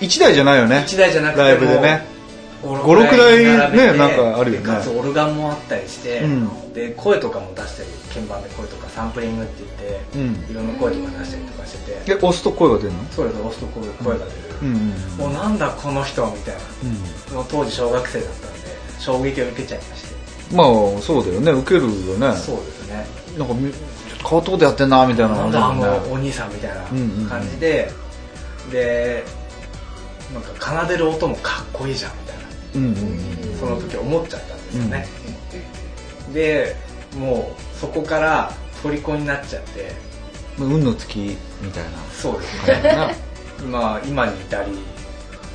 Speaker 1: 1台じゃないよね
Speaker 3: 1台じゃなくて
Speaker 1: ライブでね
Speaker 3: 五
Speaker 1: 五六台ね
Speaker 3: 並べて
Speaker 1: なんかあるよね
Speaker 3: でかつオルガンもあったりして、
Speaker 1: うん
Speaker 3: で声とかも出したり鍵盤で声とかサンプリングって言って、
Speaker 1: うん
Speaker 3: いろんな声とか出したりとかしてて
Speaker 1: で押すと声が出るの
Speaker 3: それで押すとこう声が出る、
Speaker 1: うんうん
Speaker 3: もうなんだこの人はみたい
Speaker 1: うん
Speaker 3: なもう当時小学生だったんで衝撃を受けちゃいまして、
Speaker 1: まあそうだよね受けるよね
Speaker 3: そうですね
Speaker 1: なんかみ変わったことやってんなみたいな
Speaker 3: なん
Speaker 1: 感じ
Speaker 3: だ
Speaker 1: だ
Speaker 3: あ
Speaker 1: もんね
Speaker 3: のお兄さんみたいな感じで、でなんか奏でる音もかっこいいじゃんみたいな
Speaker 1: うんうん
Speaker 3: その時思っちゃったんですよね、でもうそこから虜になっちゃって
Speaker 1: うん運の月みたい
Speaker 3: そうですね
Speaker 1: な感じ
Speaker 3: 今今に至り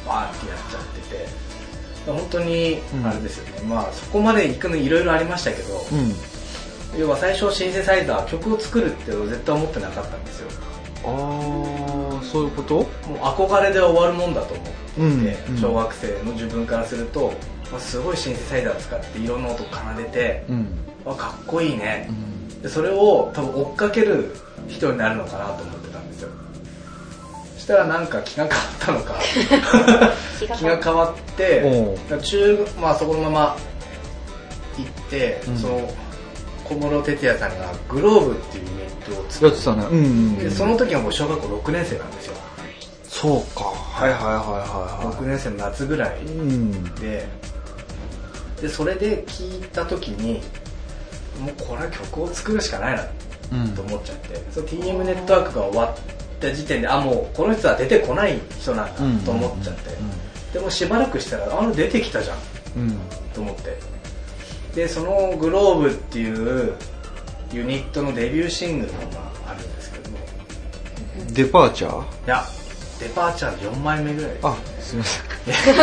Speaker 3: バーってやっちゃってて本当に
Speaker 1: うん
Speaker 3: あれですよね、まあそこまで行くのいろいろありましたけど、
Speaker 1: うん
Speaker 3: 要は最初シンセサイザー曲を作るって絶対思ってなかったんですよ
Speaker 1: ああそういうこと
Speaker 3: もう憧れで終わるもんだと思って、
Speaker 1: うんうん
Speaker 3: 小学生の自分からすると、まあ、すごいシンセサイザー使っていろんな音奏でて、
Speaker 1: うん
Speaker 3: あかっこいいね、でそれを多分追っかける人になるのかなと思ってたんですよそしたらなんか気が変わったの か
Speaker 2: 気が
Speaker 3: 気
Speaker 2: 変わ
Speaker 3: が
Speaker 2: っ
Speaker 3: 変わって
Speaker 1: おう
Speaker 3: だから中まあそこのまま行って、
Speaker 1: うん
Speaker 3: その小室哲哉さんがグローブっていうユニットを
Speaker 1: や
Speaker 3: 作
Speaker 1: ってたねうんうんう
Speaker 3: で
Speaker 1: ん
Speaker 3: その時はもう小学校6年生なんですよ
Speaker 1: そうかはいはいはい
Speaker 3: 6年生の夏ぐらい
Speaker 1: はいはいうん
Speaker 3: ででそれで聞いた時にもうこれは曲を作るしかないな
Speaker 1: うん
Speaker 3: と思っちゃって、その TM ネットワークが終わった時点であもうこの人は出てこない人なんだと思っちゃって、でもしばらくしたらあれ出てきたじゃん
Speaker 1: うんうん
Speaker 3: と思ってでそのグローブっていうユニットのデビューシングルがあるんですけどもい
Speaker 1: デパーチャー
Speaker 3: やデパーチャーの4枚目ぐらいです
Speaker 1: あすいません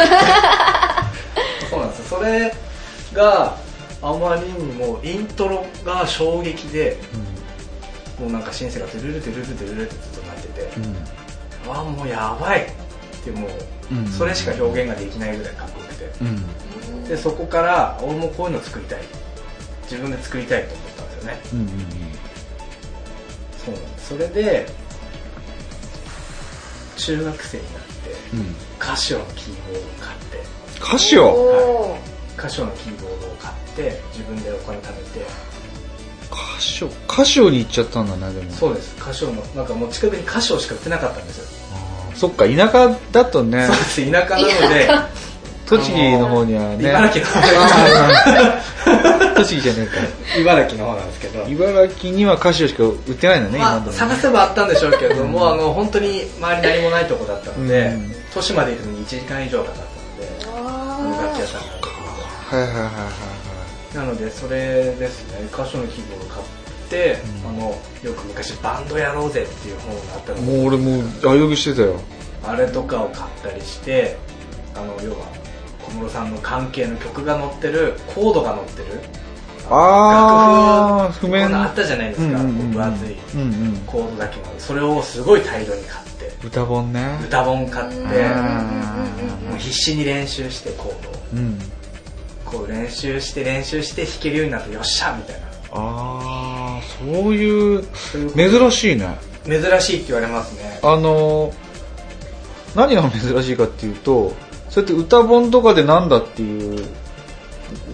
Speaker 3: そうなんですよそれがあまりにもイントロが衝撃でもうなんかシンセがドゥルルドゥルルドゥルルってずっと鳴ってて、わあもうやばいってもう、
Speaker 1: うん
Speaker 3: それしか表現ができないぐらいかっこよくて
Speaker 1: うんうん
Speaker 3: でそこから俺もこういうの作りたい自分で作りたいと思ったんですよね
Speaker 1: うん
Speaker 3: そうなんですそれで中学生になって
Speaker 1: うんうん
Speaker 3: カシオのキーボードを買って
Speaker 1: 歌詞を
Speaker 2: おー
Speaker 3: カシオのキーボードを買って自分でお金貯めて
Speaker 1: 歌詞を歌詞をに行っちゃったんだねでも
Speaker 3: そうです歌唱のなんかもう近くに歌唱しか売ってなかったんですよ、
Speaker 1: そっか田舎だとね
Speaker 3: そうです田舎なので
Speaker 1: 栃木の方にはね
Speaker 3: 茨城の
Speaker 1: あー栃木じゃね
Speaker 3: 茨城の方なんですけど
Speaker 1: えか茨城にはカシオしか売ってないの
Speaker 3: ま
Speaker 1: ね、今
Speaker 3: あ、
Speaker 1: でも
Speaker 3: 探せばあったんでしょうけれども、あの本当に周り何もないとこだったので、
Speaker 1: うん
Speaker 3: 都市まで行くのに1時間以上かかったので音楽屋
Speaker 2: あ
Speaker 3: さんが
Speaker 1: はいはいはいはい
Speaker 3: な
Speaker 1: は
Speaker 3: のでそれですね歌手のキーボードを買って、
Speaker 1: う
Speaker 3: あ
Speaker 1: ん
Speaker 3: のよく昔「バンドやろうぜ」っていう本があった
Speaker 1: い
Speaker 3: ので
Speaker 1: もう俺もうあよぐしてたよ
Speaker 3: あれとかを買ったりしてあの要は小室さんの関係の曲が載ってるコードが載ってる
Speaker 1: あー
Speaker 3: 楽譜
Speaker 1: 譜面
Speaker 3: こんなのあったじゃないですか、
Speaker 1: うんうんうん
Speaker 3: 分厚い
Speaker 1: うんうん
Speaker 3: コードだけのそれをすごい大量に買って
Speaker 1: 歌本ね
Speaker 3: 歌本買って
Speaker 2: うん
Speaker 3: もう必死に練習してコードを
Speaker 1: うん
Speaker 3: こう練習して練習して弾けるようになってよっしゃみたいな
Speaker 1: ああそういう
Speaker 3: そういう
Speaker 1: 珍しいね
Speaker 3: 珍しいって言われますね
Speaker 1: あの何が珍しいかっていうとそうやって歌本とかでなんだっていう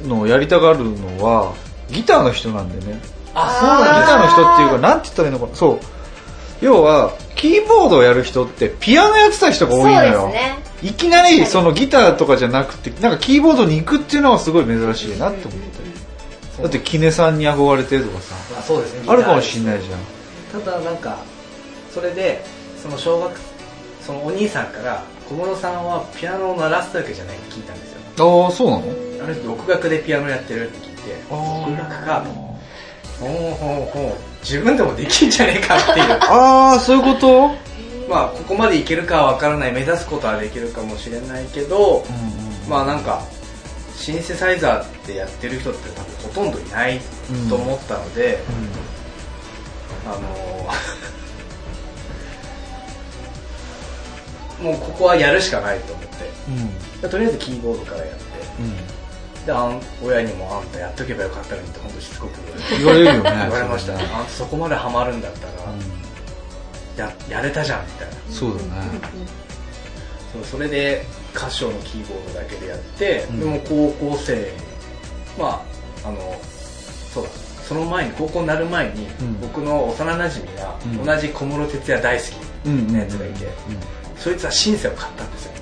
Speaker 1: のをやりたがるのはギターの人なんでね
Speaker 3: あ
Speaker 1: ギターの人っていうかなんて言ったらいいのかなそう要はキーボードをやる人ってピアノやってた人が多いのよ
Speaker 2: そうですね
Speaker 1: いきなりそのギターとかじゃなくてなんかキーボードに行くっていうのはすごい珍しいなって思ったりだってキネさんに憧れてとかさ
Speaker 3: まあそうですね
Speaker 1: あるかもしんないいじゃん
Speaker 3: ただなんかそれでその小学そのお兄さんから小室さんはピアノを鳴らすだけじゃないって聞いたんですよ
Speaker 1: ああそうなの
Speaker 3: あの人独学でピアノやってるって聞いて独学かとほうほうほう自分でもできんじゃねえかっていう
Speaker 1: ああそういうこと
Speaker 3: まあここまでいけるかは分からない目指すことはできるかもしれないけど、まあなんかシンセサイザーってやってる人って多分ほとんどいないと思ったので、あのー もうここはやるしかないと思ってでとりあえずキーボードからやってであん親にも「あんたやっとけばよかったのに」って本当しつこく
Speaker 1: 言われるよね
Speaker 3: 言われましたねあんたそこまでハマるんだったら、ややれたじゃんみたいな
Speaker 1: そうだね
Speaker 3: そうそれで歌唱のキーボードだけでやって、
Speaker 1: うん
Speaker 3: でも高校生まああのそうだその前に高校になる前に、
Speaker 1: うん
Speaker 3: 僕の幼なじみが、
Speaker 1: うん
Speaker 3: 同じ小室哲哉大好き
Speaker 1: うん
Speaker 3: のやつがいて、そいつはシンセを買ったんですよ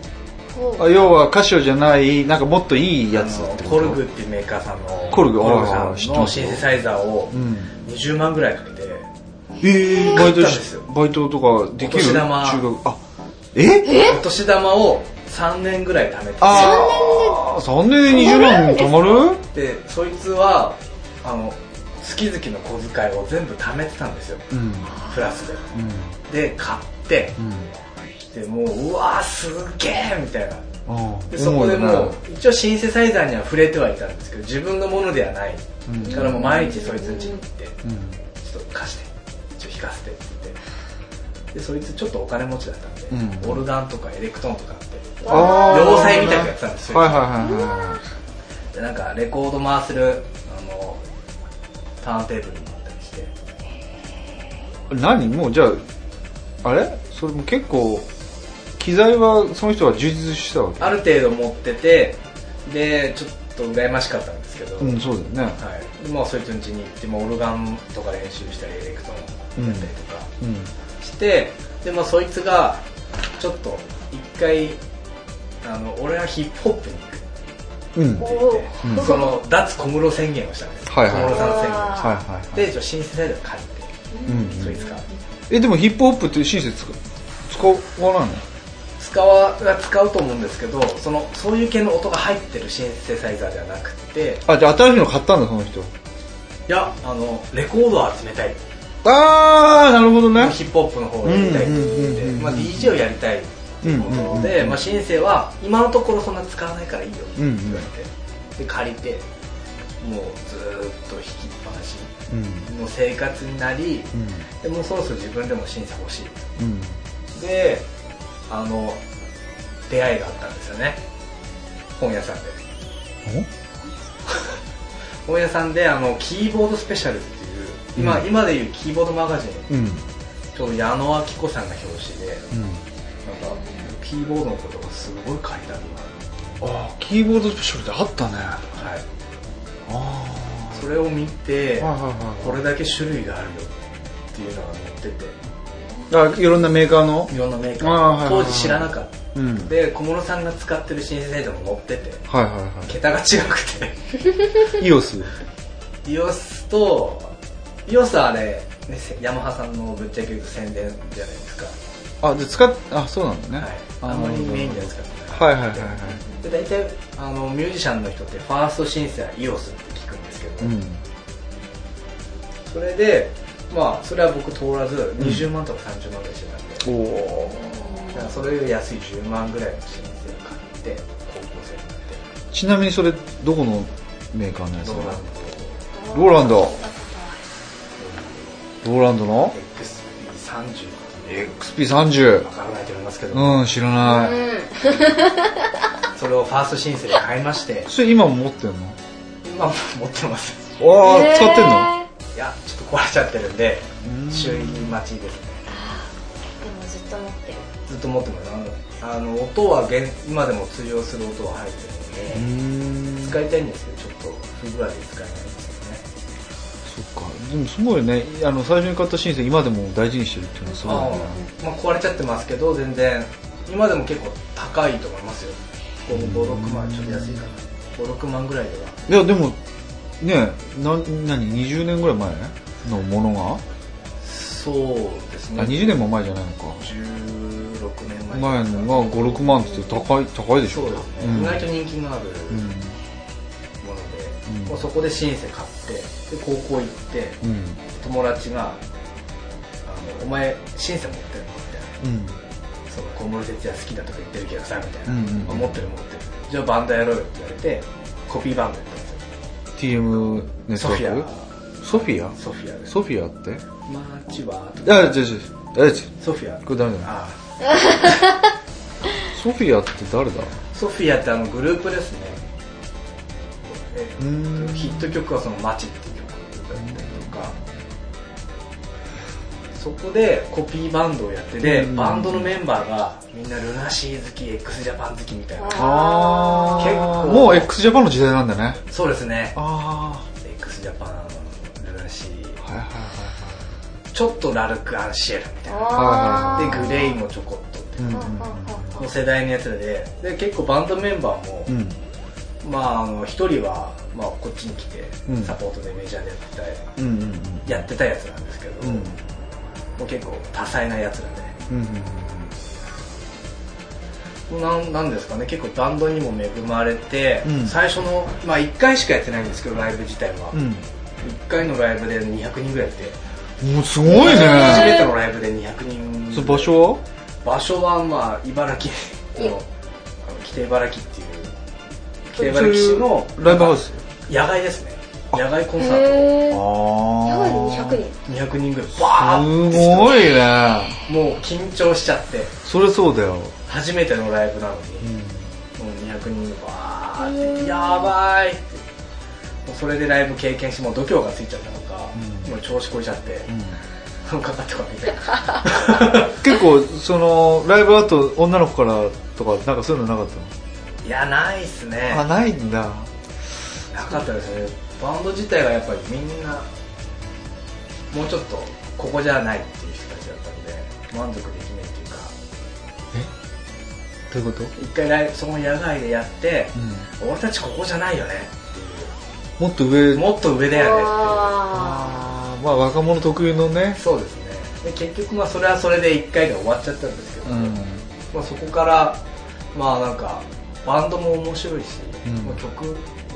Speaker 2: ほ
Speaker 1: あ
Speaker 2: う
Speaker 1: 要は歌手じゃないなんかもっといいやつ
Speaker 3: あの
Speaker 1: ってこと
Speaker 3: コルグっていうメーカーさんの
Speaker 1: コルグあ
Speaker 3: さ
Speaker 1: ー知っ
Speaker 3: ん
Speaker 1: てま
Speaker 3: の
Speaker 1: す
Speaker 3: シンセサイザーを
Speaker 1: うん
Speaker 3: 20万ぐらいかけて、
Speaker 1: えー、バ
Speaker 3: 買っ
Speaker 1: イト
Speaker 3: たんです
Speaker 1: し
Speaker 3: よ
Speaker 1: バイトとかできる
Speaker 3: お年玉
Speaker 1: 中学あえ
Speaker 3: お年玉を3年ぐらい貯めて
Speaker 1: ああ3年で20万貯まる
Speaker 3: でそいつはあの月々の小遣いを全部貯めてたんですよ
Speaker 1: うん
Speaker 3: プラスで
Speaker 1: うん
Speaker 3: で買ってでもううわーすげえみたいな
Speaker 1: あー
Speaker 3: でそこでも
Speaker 1: 思よ
Speaker 3: う
Speaker 1: ね
Speaker 3: 一応シンセサイザーには触れてはいたんですけど自分のものではない
Speaker 1: うん
Speaker 3: からもう毎日そいつん家に行って
Speaker 1: うん
Speaker 3: ちょっと貸してちょっと弾かせてって言ってでそいつちょっとお金持ちだったんで、
Speaker 1: うん
Speaker 3: オルガンとかエレクトーンとかあって
Speaker 1: あー
Speaker 3: 要塞みたいなのやってたんですよ
Speaker 1: はいはいはいは
Speaker 3: でなんかレコード回せるあのターンテーブルになったりして
Speaker 1: い何もうじゃああれそれも結構機材はその人は充実してたわけ
Speaker 3: ある程度持っててでちょっと羨ましかったんですけど、
Speaker 1: うんそうだよね
Speaker 3: はい、でもうそいつの家に行って、まあ、オルガンとか練習したりエレクトーンやったりとか
Speaker 1: うん
Speaker 3: して、でまあ、そいつがちょっと一回あの俺はヒップホップに行く
Speaker 1: うんはい
Speaker 2: おう
Speaker 1: うん
Speaker 3: その脱小室宣言をしたんです、
Speaker 1: はいはい
Speaker 3: 小室さん宣言をし
Speaker 1: はいはい
Speaker 3: てでちょっとシンセサイザー借り
Speaker 1: う
Speaker 3: てそい
Speaker 1: ん
Speaker 3: つから
Speaker 1: えでもヒップホップってシンセ使う使わないの
Speaker 3: 使わ使うと思うんですけどそのそういう系の音が入ってるシンセサイザーではなくて
Speaker 1: あじゃあ新しいの買ったんだその人
Speaker 3: いやあのレコードを集めたい
Speaker 1: ああなるほどね
Speaker 3: ヒップホップの方をやりたいって言って
Speaker 1: うんうんうんうん
Speaker 3: まあ DJ をやりたいっていうことで、まあ、シンセは今のところそんな使わないからいいよって言われて、で借りてもうずーっと弾きっぱなし
Speaker 1: うん
Speaker 3: の生活になり
Speaker 1: うん
Speaker 3: でもうそろそろ自分でもシンセ欲しい
Speaker 1: うん
Speaker 3: であの出会いがあったんですよね本屋さんで 本屋さんであのキーボードスペシャルっていう今,、
Speaker 1: うん
Speaker 3: 今でいうキーボードマガジン
Speaker 1: うんうん
Speaker 3: ちょうど矢野明子さんが表紙でなんかキーボードのことがすごい書いてある
Speaker 1: あーキーボードスペシャルってあったね
Speaker 3: なはい
Speaker 1: あ
Speaker 3: それを見て
Speaker 1: あはいはい
Speaker 3: これだけ種類があるよっていうのが載ってて
Speaker 1: はいあいろんなメーカーの
Speaker 3: いろんなメーカ
Speaker 1: あーはい
Speaker 3: ー
Speaker 1: は
Speaker 3: 当
Speaker 1: い
Speaker 3: 時知らなかった
Speaker 1: うんはい
Speaker 3: で小室さんが使ってるシンセサイザーも載ってて
Speaker 1: はいは
Speaker 3: 桁が違くて
Speaker 1: い EOS
Speaker 3: EOS と EOS はあれ、ね、せヤマハさんのぶっちゃけ言うと宣伝じゃないですか、
Speaker 1: あで使っあそうなんだね
Speaker 3: はい、
Speaker 1: ー
Speaker 3: あんまりメインでは使ってない
Speaker 1: はいはいはいは
Speaker 3: で大体あのミュージシャンの人ってファーストシンセは EOS って聞くんですけ
Speaker 1: い
Speaker 3: ど、
Speaker 1: うん
Speaker 3: それでまあそれは僕通らず20万とか30万ぐらいしてたんで、
Speaker 1: おお
Speaker 3: だからそれより安い10万ぐらいのシンセを買して高校生になって
Speaker 1: ちなみにそれどこのメーカーのやつ
Speaker 3: ローラン
Speaker 1: ローランドローランドの
Speaker 3: ド XP30
Speaker 1: XP30
Speaker 3: わからないと思いますけど、
Speaker 1: うん知ら
Speaker 2: う
Speaker 1: ない、
Speaker 2: ん
Speaker 3: それをファーストシンセで買いまして
Speaker 1: それ今も持ってんの
Speaker 3: 今も持ってます
Speaker 1: ああ、
Speaker 2: へー
Speaker 1: 使ってんの
Speaker 3: いやちょっと壊れちゃってるんで
Speaker 1: うん
Speaker 3: 修理待ちですね
Speaker 2: でもずっと持ってる
Speaker 3: ずっと持ってますあのあの音は現今でも通用する音は入ってるので、使いたいんですけどちょっと不具合で使えないですよね
Speaker 1: そっかでもすごいねあの最初に買ったシンセ今でも大事にしてるっていうのはすごい
Speaker 3: あ
Speaker 1: ね
Speaker 3: ーまあ、壊れちゃってますけど全然今でも結構高いと思いますよ56万ちょっと安いかな56万ぐらいではい
Speaker 1: やでもねな何20年ぐらい前のものが
Speaker 3: そうですね
Speaker 1: あ20年も前じゃないのか
Speaker 3: 16年前
Speaker 1: 前のが56万って言って高い高いでしょ
Speaker 3: そうですね、
Speaker 1: うん
Speaker 3: 意外と人気のある
Speaker 1: うん
Speaker 3: もので、
Speaker 1: うん
Speaker 3: もうそこでシンセ買ってで高校行って
Speaker 1: うん
Speaker 3: 友達があの「お前シンセ持ってるの?」みたいな
Speaker 1: うん
Speaker 3: その小室哲也好きだとか言ってるけどさみたいな、
Speaker 1: うんうんうん
Speaker 3: 持ってる持ってるじゃあバンドやろうよって言われてコピーバンドやったんですよ
Speaker 1: TM ネッ
Speaker 3: ソ
Speaker 1: ト
Speaker 3: フ
Speaker 1: ワ
Speaker 3: ィ
Speaker 1: ー
Speaker 3: ア
Speaker 1: クソフィア
Speaker 3: ソフィアです
Speaker 1: ソフィアって
Speaker 3: マーチは
Speaker 1: あ違う違う違う違う
Speaker 3: ソフィア
Speaker 1: これダメだ
Speaker 3: あ
Speaker 1: ソフィアって誰だ
Speaker 3: ソフィアってあのグループですね
Speaker 1: うーん
Speaker 3: ヒット曲はその「街」っていう曲だったりとかそこでコピーバンドをやってて
Speaker 1: うん
Speaker 3: バンドのメンバーがみんなルナシー好き x ジャパン好きみたいな
Speaker 2: あ
Speaker 1: あ
Speaker 3: 結
Speaker 1: あ
Speaker 3: 構
Speaker 1: もう x ジャパンの時代なんだね
Speaker 3: そうですね
Speaker 1: あ
Speaker 3: x ジャパンルナシー
Speaker 1: あはいはいはい
Speaker 3: ちょっとラルク・アンシエルみたいな
Speaker 1: は
Speaker 2: あー
Speaker 3: でグレイもちょこっとって
Speaker 1: うん
Speaker 2: はあはあはあ
Speaker 3: の世代のやつらでで結構バンドメンバーも、
Speaker 1: うんうん
Speaker 3: まあ、あの一人は、まあ、こっちに来て
Speaker 1: うん
Speaker 3: サポートでメジャーでやってた,、
Speaker 1: うんうん
Speaker 3: やってたやつなんですけど、
Speaker 1: うんうん
Speaker 3: もう結構多彩なやつらで、
Speaker 1: うんうん
Speaker 3: なんなんですかね結構バンドにも恵まれて、
Speaker 1: うん
Speaker 3: 最初の、まあ、1回しかやってないんですけどライブ自体は、
Speaker 1: うん
Speaker 3: 1回のライブで200人ぐらいいて
Speaker 1: うんもうすごい
Speaker 3: 初
Speaker 1: ね
Speaker 3: めてのライブで200人
Speaker 1: それ場所は
Speaker 3: 場所はまあ茨城
Speaker 2: うん
Speaker 3: のあの北茨城っていう北茨城市の
Speaker 1: ライブハウス
Speaker 3: 野外ですね野外コンサート
Speaker 2: へえ
Speaker 1: あ
Speaker 2: やばい200人
Speaker 3: 200人ぐらいバー
Speaker 1: す
Speaker 3: って人
Speaker 1: ごいね
Speaker 3: もう緊張しちゃって
Speaker 1: それそうだよ
Speaker 3: 初めてのライブなのに、もう200人がバーって「やばい!」ってもうそれでライブ経験してもう度胸がついちゃったのか、
Speaker 1: うん
Speaker 3: もう調子こいちゃって
Speaker 1: う、ん
Speaker 3: かかってこないみたいな
Speaker 1: 結構そのライブ後女の子からとかなんかそういうのなかっ
Speaker 3: いやないっすね
Speaker 1: たのあないんだ
Speaker 3: なかったですねバンド自体がやっぱりみんなもうちょっとここじゃないっていう人たちだったので満足できないっていうか
Speaker 1: どういうこと
Speaker 3: 一回ライブその野外でやって、
Speaker 1: う
Speaker 3: 俺たちここじゃないよね
Speaker 1: んもっと上
Speaker 3: もっと上だよね
Speaker 2: あ
Speaker 1: あーまあ若者特有のね
Speaker 3: そうですねで結局まあそれはそれで1回が終わっちゃったんですけど、
Speaker 1: うん
Speaker 3: まあ、そこからまあなんかバンドも面白いし、
Speaker 1: うん
Speaker 3: まあ曲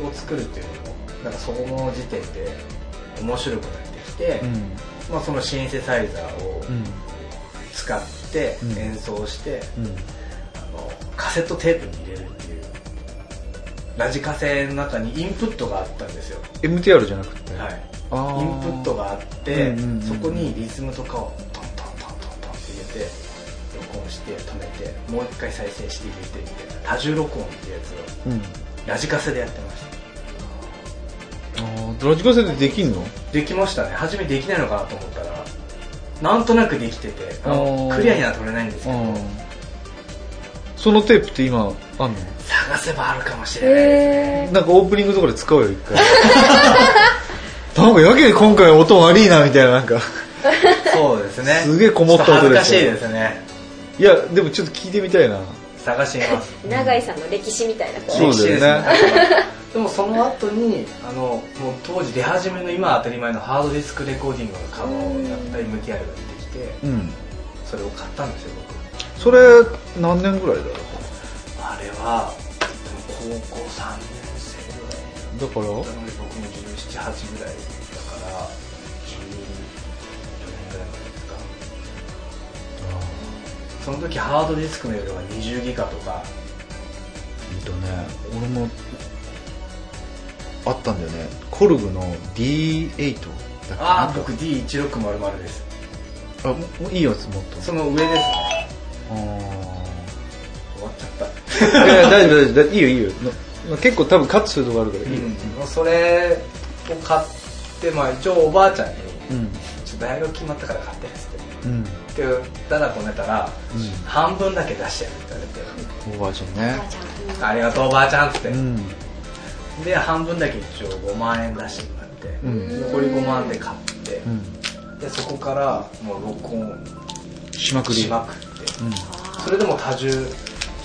Speaker 3: を作るっていうのもなんかそこの時点で面白くなってきて、
Speaker 1: うん
Speaker 3: まあ、そのシンセサイザーを
Speaker 1: うん
Speaker 3: 使って
Speaker 1: うん
Speaker 3: 演奏して、
Speaker 1: うん
Speaker 3: あのカセットテープに入れるっていうラジカセの中にインプットがあったんですよ、
Speaker 1: MTR じゃなくて
Speaker 3: はい、
Speaker 1: あ
Speaker 3: イ
Speaker 1: ー
Speaker 3: ンプットがあって、
Speaker 1: うんうんうん
Speaker 3: そこにリズムとかをトントントントントンって入れて録音して止めてもう一回再生して入れてみたいな多重録音っていうやつを
Speaker 1: うん
Speaker 3: ラジカセでやってました
Speaker 1: あーラジカセでできんの
Speaker 3: できましたね初めできないのかなと思ったらなんとなくできててあの
Speaker 1: あー
Speaker 3: クリアには取れないんですけど
Speaker 1: そのテープって今あんの
Speaker 3: 探せばあるかもし
Speaker 2: ー
Speaker 3: れないです
Speaker 2: へえ
Speaker 1: なんかオープニングとかで使うよ一回 なんかやけに今回音悪いなみたいななんか
Speaker 3: そうですね
Speaker 1: すげえこもった音
Speaker 3: ちょと
Speaker 1: で
Speaker 3: 恥
Speaker 1: す
Speaker 3: ず
Speaker 1: よ
Speaker 3: かしいですね
Speaker 1: いやでもちょっと聞いてみたいな
Speaker 3: 探してみます
Speaker 2: 永井さんの歴史みたいなこ
Speaker 1: そう
Speaker 2: う
Speaker 1: だよね
Speaker 3: 歴史ですでもその後にあのもう当時出始めの今は当たり前のハードディスクレコーディングが可能だった MTR が出てきて
Speaker 1: うん
Speaker 3: それを買ったんですよ僕
Speaker 1: それ何年ぐらいだろ
Speaker 3: あれはでも高校3年生ぐらいう
Speaker 1: だから
Speaker 3: なので僕も1718ぐらいだから14年ぐらいまでですかその時ハードディスクの容量が20ギガとか
Speaker 1: うんとね俺もあったんだよねコルグの D8 だっけな
Speaker 3: ああ僕 D1600 です
Speaker 1: あもうもういいやつもっと
Speaker 3: その上ですね
Speaker 1: あ
Speaker 3: 終わっちゃった
Speaker 1: ーいや大丈夫大丈夫いいよいいよな結構多分カットするとこあるからいいよ
Speaker 3: うん、それを買って、まあ、一応おばあちゃんに
Speaker 1: うん
Speaker 3: 「ちょっと大学決まったから買って」っつって
Speaker 1: うん、
Speaker 3: って言ったらこねたら、半分だけ出してやるって言われて
Speaker 1: おばあちゃん
Speaker 2: おばあ
Speaker 1: ね
Speaker 2: ちゃん
Speaker 3: 「ありがとうおばあちゃん」っつって、
Speaker 1: うん
Speaker 3: で半分だけ一応5万円出してもらって、
Speaker 1: うん
Speaker 3: 残り5万で買って、
Speaker 1: うん
Speaker 3: でそこからもう録音
Speaker 1: しまくり
Speaker 3: しまくって、
Speaker 1: うん
Speaker 3: それでも多重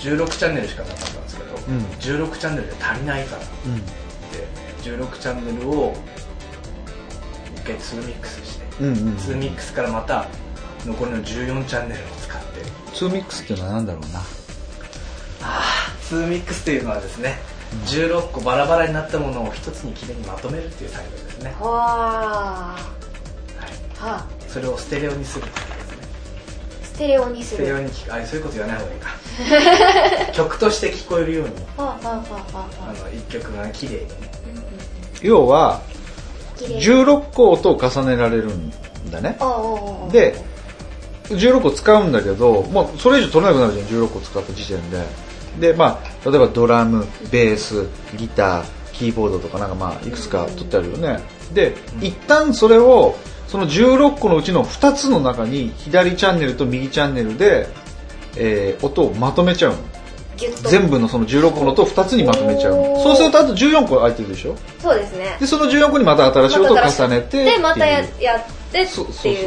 Speaker 3: 16チャンネルしかなかったんですけど、
Speaker 1: ん
Speaker 3: 16チャンネルで足りないからって16チャンネルを一回2ミックスして、
Speaker 1: うんうんうん
Speaker 3: 2ミックスからまた残りの14チャンネルを使って
Speaker 1: ツーミックスっていうのは何だろうな
Speaker 3: ああ2ミックスというのはですね、16個バラバラになったものを一つにきれいにまとめるっていう作業ですね、は
Speaker 2: はあ
Speaker 3: い、
Speaker 2: はあ
Speaker 3: それをステレオにするっていうですね
Speaker 2: ステレオにす
Speaker 3: ステレオ
Speaker 2: る
Speaker 3: に聞くあそういうこと言わない方がいいか曲として聞こえるように
Speaker 2: はあはあはあはあ
Speaker 3: あの一曲が綺麗にね
Speaker 1: 要は
Speaker 2: 綺麗
Speaker 1: 16個音を重ねられるんだね
Speaker 2: おうおうおう
Speaker 1: で16個使うんだけど、まあ、それ以上取れなくなるじゃん16個使った時点でで、まあ、例えばドラムベースギターキーボードとかなんかまあいくつか取ってあるよねで一旦それをその16個のうちの2つの中に左チャンネルと右チャンネルで、えー音をまとめちゃうの
Speaker 2: ギュッと
Speaker 1: 全部のその16個の音を2つにまとめちゃうの
Speaker 2: おー
Speaker 1: そうするとあと14個空いてるでしょ
Speaker 2: そうですね
Speaker 1: でその14個にまた新しい音を重ねてっていう
Speaker 2: でまたややってっていう
Speaker 1: そうそうそうそう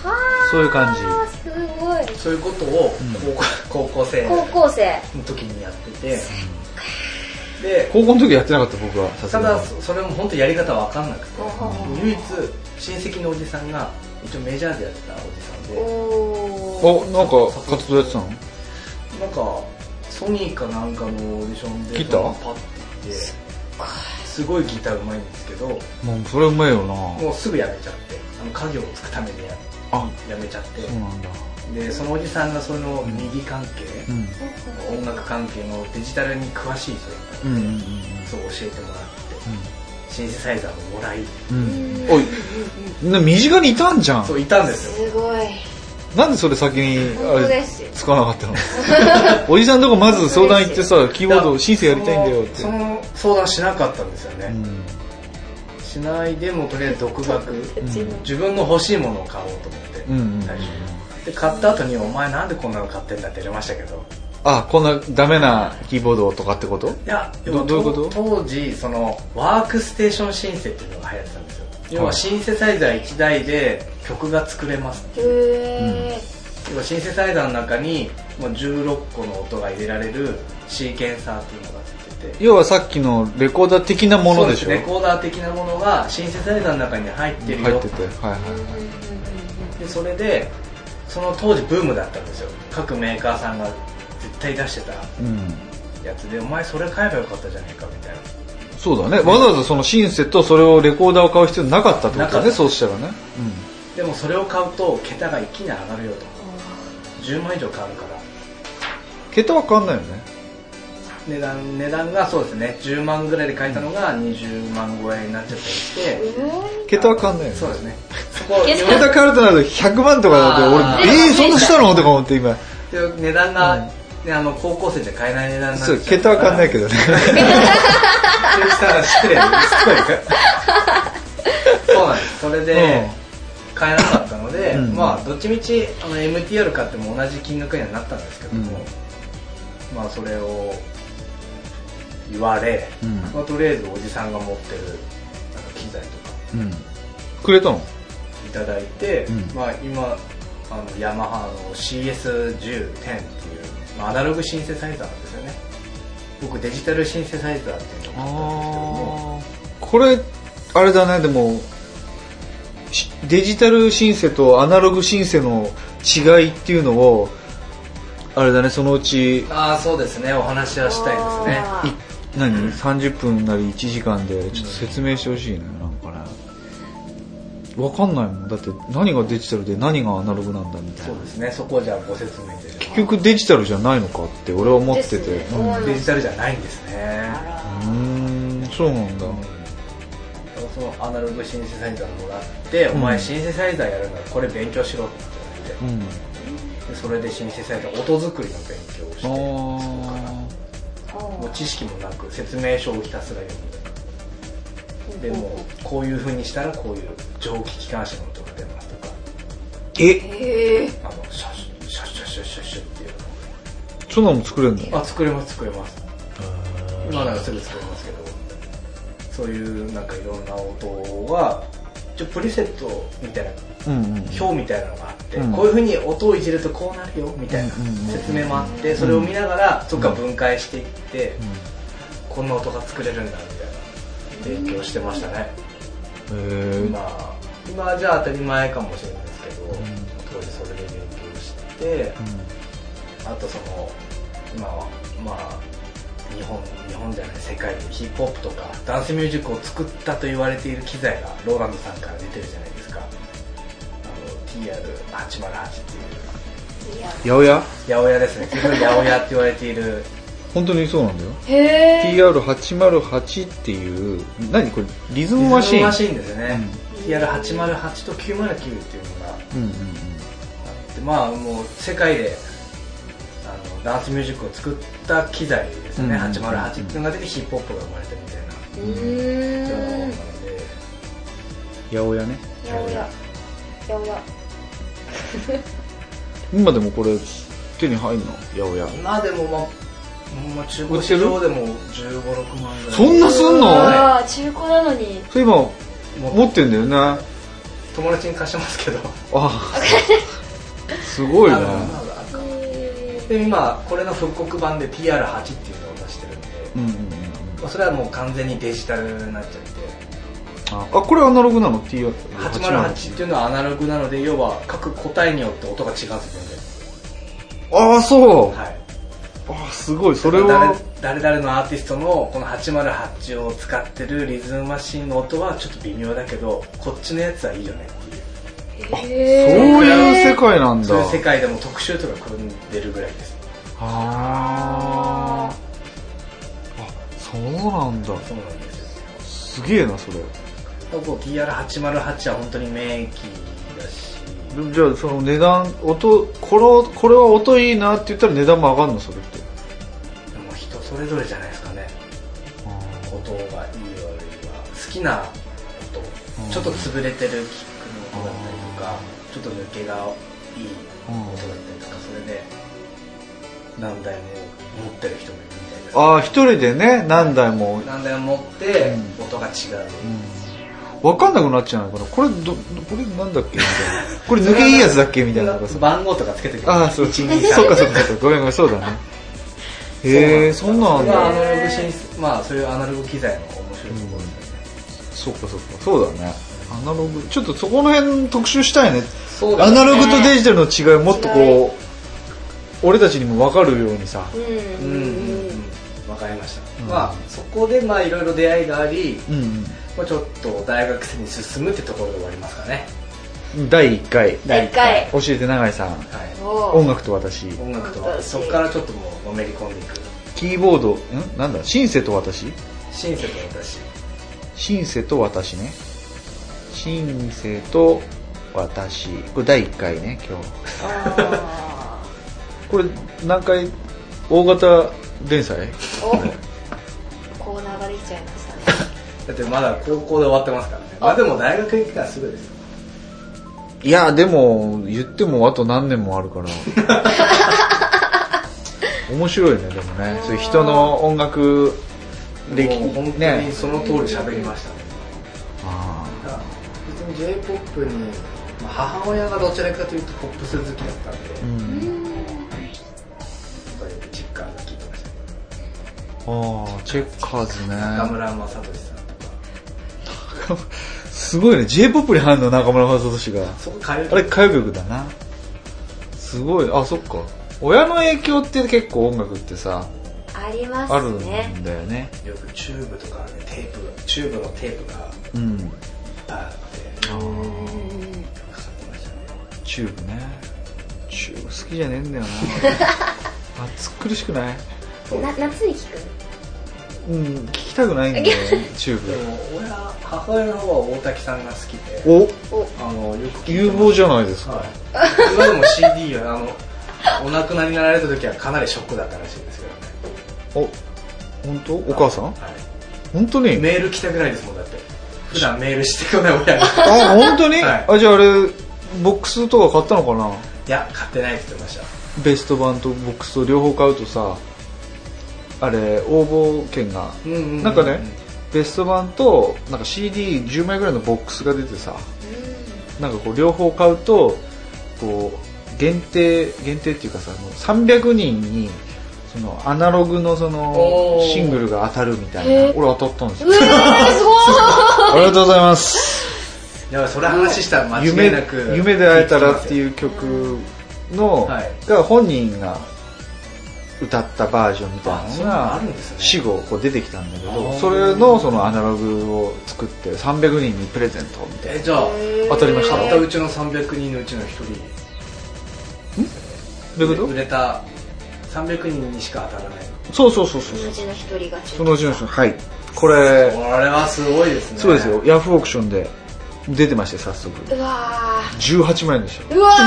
Speaker 2: はあ
Speaker 1: そういう感じ
Speaker 2: すごい
Speaker 3: そういうことを高校,、高校生
Speaker 2: 高
Speaker 3: の
Speaker 2: 校生
Speaker 3: 時にやっててで
Speaker 1: 高校の時やってなかった僕はさす
Speaker 3: た
Speaker 1: が
Speaker 3: だ
Speaker 1: に
Speaker 3: そそれも本当やり方わかんなくて
Speaker 2: ほうほうほう
Speaker 3: 唯一親戚のおじさんが一応メジャーでやってたおじさんで
Speaker 2: お
Speaker 1: おなんか活動やってたの
Speaker 3: なんかソニーかなんかのオーディションで
Speaker 1: ギター
Speaker 3: なんかパッて行ってすごいギターうまいんですけど
Speaker 1: もうそれうまいよな
Speaker 3: もうすぐやめちゃってあの家業をつくためにや
Speaker 1: あ
Speaker 3: やめちゃって、
Speaker 1: そうなんだ
Speaker 3: でそのおじさんがその右関係、
Speaker 1: うん
Speaker 3: 音楽関係のデジタルに詳しい人だったので
Speaker 1: うんうん
Speaker 3: そう教えてもらって、シンセサイザーをもらい
Speaker 1: うんうんおいな身近にいたんじゃ
Speaker 3: そ
Speaker 1: ん
Speaker 3: ういたんですよ
Speaker 2: すごい
Speaker 1: なんでそれ先に
Speaker 2: 本当ですよ
Speaker 1: 使わなかったのおじさんとこまず相談行ってさキーボード申請やりたいんだよって
Speaker 3: その相談しなかったんですよね、
Speaker 1: うん
Speaker 3: しないでもとりあえず独学
Speaker 2: うちの
Speaker 3: 自分の欲しいものを買おうと思って、
Speaker 1: うんうんうん
Speaker 3: 最初にで買った後に「お前なんでこんなの買ってんだ」って言われましたけど
Speaker 1: あこんなダメなキーボードとかってこと
Speaker 3: いや
Speaker 1: どどういうこと
Speaker 3: 当時そのワークステーションシンセっていうのが流行ってたんですよ要
Speaker 1: は
Speaker 3: はいシンセサイザー1台で曲が作れます
Speaker 2: へえ
Speaker 3: 要はシンセサイザーの中にもう16個の音が入れられるシーケンサーっていうのがついてて
Speaker 1: 要はさっきのレコーダー的なものでし
Speaker 3: そ
Speaker 1: ょ
Speaker 3: うすレコーダー的なものがシンセサイザーの中に入ってるよ
Speaker 1: 入っててはいはいはい
Speaker 3: でそれでその当時ブームだったんですよ各メーカーさんが絶対出してた
Speaker 1: うん
Speaker 3: やつでお前それ買えばよかったじゃねえかみたいな
Speaker 1: そうだね。わざわざそのシンセとそれをレコーダーを買う必要なかったってこ
Speaker 3: な
Speaker 1: と
Speaker 3: か
Speaker 1: だ
Speaker 3: っ
Speaker 1: ね、
Speaker 3: た
Speaker 1: そうしたらね。
Speaker 3: でもそれを買うと桁が一気に上がるよと10万以上変わるから
Speaker 1: 桁は変わんないよね。
Speaker 3: 値段値段がそうですね10万ぐらいで買えたのが20万超えになっちゃったりして
Speaker 1: 桁は変わんないよね
Speaker 3: そう。ですねそこ
Speaker 2: 桁
Speaker 1: 桁変わるとなると100万とかだ
Speaker 3: あ
Speaker 1: っ
Speaker 3: ー
Speaker 1: て、俺、えー、そんなしたのとか思って今。
Speaker 3: で値段が、ねあの高校生じゃ買えない値段になっち
Speaker 1: そ
Speaker 3: ゃ
Speaker 1: う、桁は変わんないけ
Speaker 3: ど
Speaker 1: どね。
Speaker 3: したら失礼しつこいかそうなんですそれで、買えなかったので、
Speaker 1: うん
Speaker 3: まあどっちみちあの MTR 買っても同じ金額にはなったんですけども、まあそれを言われ、
Speaker 1: うん
Speaker 3: まあ、とりあえずおじさんが持ってるなんか機材とか
Speaker 1: うん。うん。くれたの
Speaker 3: いただいて、
Speaker 1: うん
Speaker 3: まあ今あのヤマハの CS1010 っていう、まあ、アナログシンセサイザーなんですよね僕デジタルシンセサイザーっていうのを
Speaker 1: あー。これ、あれだね、でも、しデジタルシンセとアナログシンセの違いっていうのを、あれだね、そのうち
Speaker 3: 買ったんですけどもああそうですねお話はしたいですね
Speaker 1: い何30分なり1時間でちょっと説明してほしいのよなんかね分かんないもんだって何がデジタルで何がアナログなんだみたい
Speaker 3: そ
Speaker 1: な
Speaker 3: うですねそこをじゃあご説明いただきます
Speaker 1: 結局デジタルじゃないのかって俺は思ってて、
Speaker 2: です
Speaker 1: う
Speaker 2: ね
Speaker 1: ん
Speaker 3: デジタルじゃないんですね
Speaker 1: うーんそうなんだ
Speaker 3: そのアナログシンセサイザーもらって、
Speaker 1: ん
Speaker 3: お前シンセサイザーやるならこれ勉強しろって言わ
Speaker 1: う
Speaker 3: れて、
Speaker 1: ん
Speaker 3: でそれでシンセサイザー音作りの勉強をして
Speaker 1: あ
Speaker 2: お
Speaker 3: もう
Speaker 2: ー
Speaker 3: 知識もなく説明書をひたすら読むでもこういう風にしたらこういう蒸気機関車の音が出ますとか
Speaker 1: ーえ
Speaker 2: へえ
Speaker 3: あのシャッシュシャッシュシャッシュシャッシュっていう
Speaker 1: そんなの作れるの
Speaker 3: のあ作れます作れます今ならすぐ作れますけどそういうなんかいろんな音はちょプリセットみたいな
Speaker 1: うんうん
Speaker 3: 表みたいなのがあって、
Speaker 1: うん
Speaker 3: こういう風に音をいじるとこうなるよみたいな
Speaker 1: うんうんうん
Speaker 3: 説明もあってそれを見ながらそっか分解していって、こんな音が作れるんだみたいな勉強してましたね、
Speaker 1: へ
Speaker 3: まあ今はじゃあ当たり前かもしれないですけど、当時それで勉強して、あとその今はまあ日本日本じゃない世界でヒップホップとかダンスミュージックを作ったと言われている機材がローランドさんから出てるじゃないですかあの TR808 っていう
Speaker 2: いや
Speaker 1: えやおや
Speaker 3: 八百屋ですねすごい八百屋って言われている
Speaker 1: 本当にそうなんだよ
Speaker 2: へえ
Speaker 1: TR808 っていう何これリズムマシーン
Speaker 3: マシーンですね、TR808 と909っていうのが
Speaker 1: うんうんうん
Speaker 3: でまあもう世界であのダンスミュージックを作った機材ですね、
Speaker 1: うん
Speaker 3: 808っていうのが出てヒップホップが生まれたみたいな、
Speaker 2: うー
Speaker 3: そういうもの
Speaker 2: ん
Speaker 3: なので
Speaker 1: 八百屋ね
Speaker 2: やおややおや
Speaker 1: 今でもこれ手に入んの八百屋
Speaker 3: 今でもまあほんま中
Speaker 1: 売
Speaker 3: 古
Speaker 1: って
Speaker 3: 市
Speaker 1: る
Speaker 3: 場でも1 5 6万円ぐらい
Speaker 1: そんなすんの
Speaker 2: うわー中古なのに
Speaker 1: そういえば
Speaker 3: もう
Speaker 1: 持ってんだよねあ
Speaker 3: 友達に貸してますけど
Speaker 1: すごい
Speaker 3: あの
Speaker 1: な
Speaker 3: まだあるか
Speaker 2: へ
Speaker 3: で今これの復刻版で TR8 っていうのを出してるんで、
Speaker 1: うんうんうん
Speaker 3: まあそれはもう完全にデジタルになっちゃって
Speaker 1: ああこれアナログなの ?TR808
Speaker 3: 808っていうのはアナログなので要は各個体によって音が違うんです
Speaker 1: ああそう
Speaker 3: よねはい
Speaker 1: ああすごいそれは
Speaker 3: 誰誰々のアーティストのこの808を使ってるリズムマシンの音はちょっと微妙だけどこっちのやつはいいよねっていう
Speaker 1: そう
Speaker 2: え
Speaker 1: いう世界なんだ
Speaker 3: そういう世界でも特集とか組んでるぐらいです
Speaker 1: あーあそうなんだ
Speaker 3: そうなんですよ
Speaker 1: すげえなそれ
Speaker 3: だからこう TR808 は本当に名機だし
Speaker 1: でじゃあその値段音これこれは音いいなって言ったら値段も上がるのそれって
Speaker 3: でも人それぞれじゃないですかね音がいい悪いは好きな
Speaker 1: うん
Speaker 3: 音ちょっと潰れてるキックの音だったりとかちょっと抜けがいい音だったりとかそれで何台も持ってる人もいるみたいです
Speaker 1: ああ一人でね何台も
Speaker 3: 何台も持って
Speaker 1: う
Speaker 3: 音が違う、
Speaker 1: 分かんなくなっちゃうのかなこれどこれなんだっけみたいなこれ抜けいいやつだっけみたいななんかさ
Speaker 3: 番号とかつけてくる
Speaker 1: ああそうそっかそっかそっかごめんごめんそうだねへえそんなんあ
Speaker 3: そ
Speaker 1: ん
Speaker 3: れがア
Speaker 1: だ
Speaker 3: ナログ進出まあそういうアナログ機材の面白いところですよね、
Speaker 1: そっかそっかそうだねアナログちょっとそこの辺特集したいね
Speaker 3: そうで
Speaker 1: ア
Speaker 3: すね
Speaker 1: ナログとデジタルの違いをもっとこう俺たちにも分かるようにさ
Speaker 2: ーう
Speaker 3: うん
Speaker 2: ん
Speaker 3: うん
Speaker 2: うん
Speaker 3: うんわかりました、
Speaker 1: うん
Speaker 3: まあそこでまあいろいろ出会いがあり、
Speaker 1: うん
Speaker 3: まあ、ちょっと大学生に進むってところで終わりますかね
Speaker 1: うん第1回
Speaker 2: 第一回
Speaker 1: 教えて永井さん
Speaker 3: はい
Speaker 2: お
Speaker 1: 音
Speaker 2: ー
Speaker 1: 楽と私
Speaker 3: 音楽と
Speaker 2: 私
Speaker 3: そこからちょっともうのめり込んでいく
Speaker 1: キーボードんなんだシンセと私
Speaker 3: シンセと私
Speaker 1: シンセと私ねシンセと私これ第1回ね今日
Speaker 2: あ
Speaker 1: これ何回大型連載
Speaker 2: ーおコーナーができちゃいましたね
Speaker 3: だってまだ高校で終わってますからねまあでも大学行くからすぐですよ
Speaker 1: いやでも言ってもあと何年もある から面白いねでもねそういう人の音楽歴
Speaker 3: もう本当
Speaker 1: ね
Speaker 3: にその通り喋りましたね
Speaker 1: あ
Speaker 3: だから別に j p o p に、まあ、母親がどちらかというとポップス好きだったんで、
Speaker 1: ー、うん、
Speaker 3: やっぱり実感が聞いてましたね
Speaker 1: あーチェッカーズ
Speaker 3: 中
Speaker 1: ね
Speaker 3: 村雅俊さんとか
Speaker 1: すごいね j p o p に入るの中村雅俊が
Speaker 3: そこ通う
Speaker 1: あれ歌謡曲だなすごいあそっか親の影響って結構音楽ってさ
Speaker 2: ありま
Speaker 1: ある
Speaker 2: す
Speaker 1: ん
Speaker 2: ね
Speaker 1: だよね
Speaker 3: よくチューブとかねテープがチューブのテープがいっ
Speaker 1: うん
Speaker 3: ぱいあって
Speaker 1: チューブねチューブ好きじゃねえ んだよな暑苦しくない
Speaker 2: な夏に聞く
Speaker 1: うん聞きたくないんだよチュー
Speaker 3: で
Speaker 1: ブ
Speaker 3: も親母親の方は大滝さんが好きで
Speaker 1: お
Speaker 3: あのよく聞いて
Speaker 1: 有望じゃないですか、
Speaker 3: はい、今でも CD をあのお亡くなりになられた時はかなりショックだったらしいですけどね
Speaker 1: お本当お母さん
Speaker 3: は
Speaker 1: 本当に
Speaker 3: い、メール来たぐらいですもんだって普段メールしてこない親に
Speaker 1: あ本当に、
Speaker 3: はい
Speaker 1: あじゃああれボックスとか買ったのかない
Speaker 3: や買ってないって言ってました
Speaker 1: ベスト版とボックスと両方買うとさあれ応募券が
Speaker 3: うんうう
Speaker 1: なんかねベスト版となんか CD10 枚ぐらいのボックスが出てさなんかこう両方買うとこう限定限定っていうかさもう300人にそのアナログのその
Speaker 3: おー
Speaker 1: シングルが当たるみたい
Speaker 2: へ
Speaker 1: な
Speaker 2: ー
Speaker 1: 俺当たったんです
Speaker 2: う
Speaker 1: よ
Speaker 2: えー、すご
Speaker 1: ありがとうございます
Speaker 3: いやそれ話したら間違
Speaker 1: 夢
Speaker 3: いなく
Speaker 1: 夢で会えたらって
Speaker 3: う
Speaker 1: いう曲の、
Speaker 3: はい
Speaker 1: が本人が歌ったバージョンみた
Speaker 3: あ
Speaker 1: い
Speaker 3: そ
Speaker 1: なの
Speaker 3: うなの
Speaker 1: が
Speaker 3: あるんですね
Speaker 1: 死後こう出てきたんだけ
Speaker 3: あ
Speaker 1: ど
Speaker 3: ー
Speaker 1: それのそのアナログを作って300人にプレゼントみたい
Speaker 3: えじゃあ
Speaker 2: い
Speaker 1: 当たりました
Speaker 3: 買ったうちの300人のうちの1人
Speaker 1: などういう
Speaker 3: 売
Speaker 1: こ
Speaker 3: れた300人にしか当たらない
Speaker 1: とそうそうそうそ
Speaker 2: そ
Speaker 1: うそ
Speaker 2: の
Speaker 1: う
Speaker 2: うちの一人が
Speaker 1: そのうちの人はいこれ
Speaker 3: これはすごいですね
Speaker 1: そうですよヤフオークションで出てまして早速
Speaker 2: うわ
Speaker 1: 18万円でした
Speaker 2: ーうわー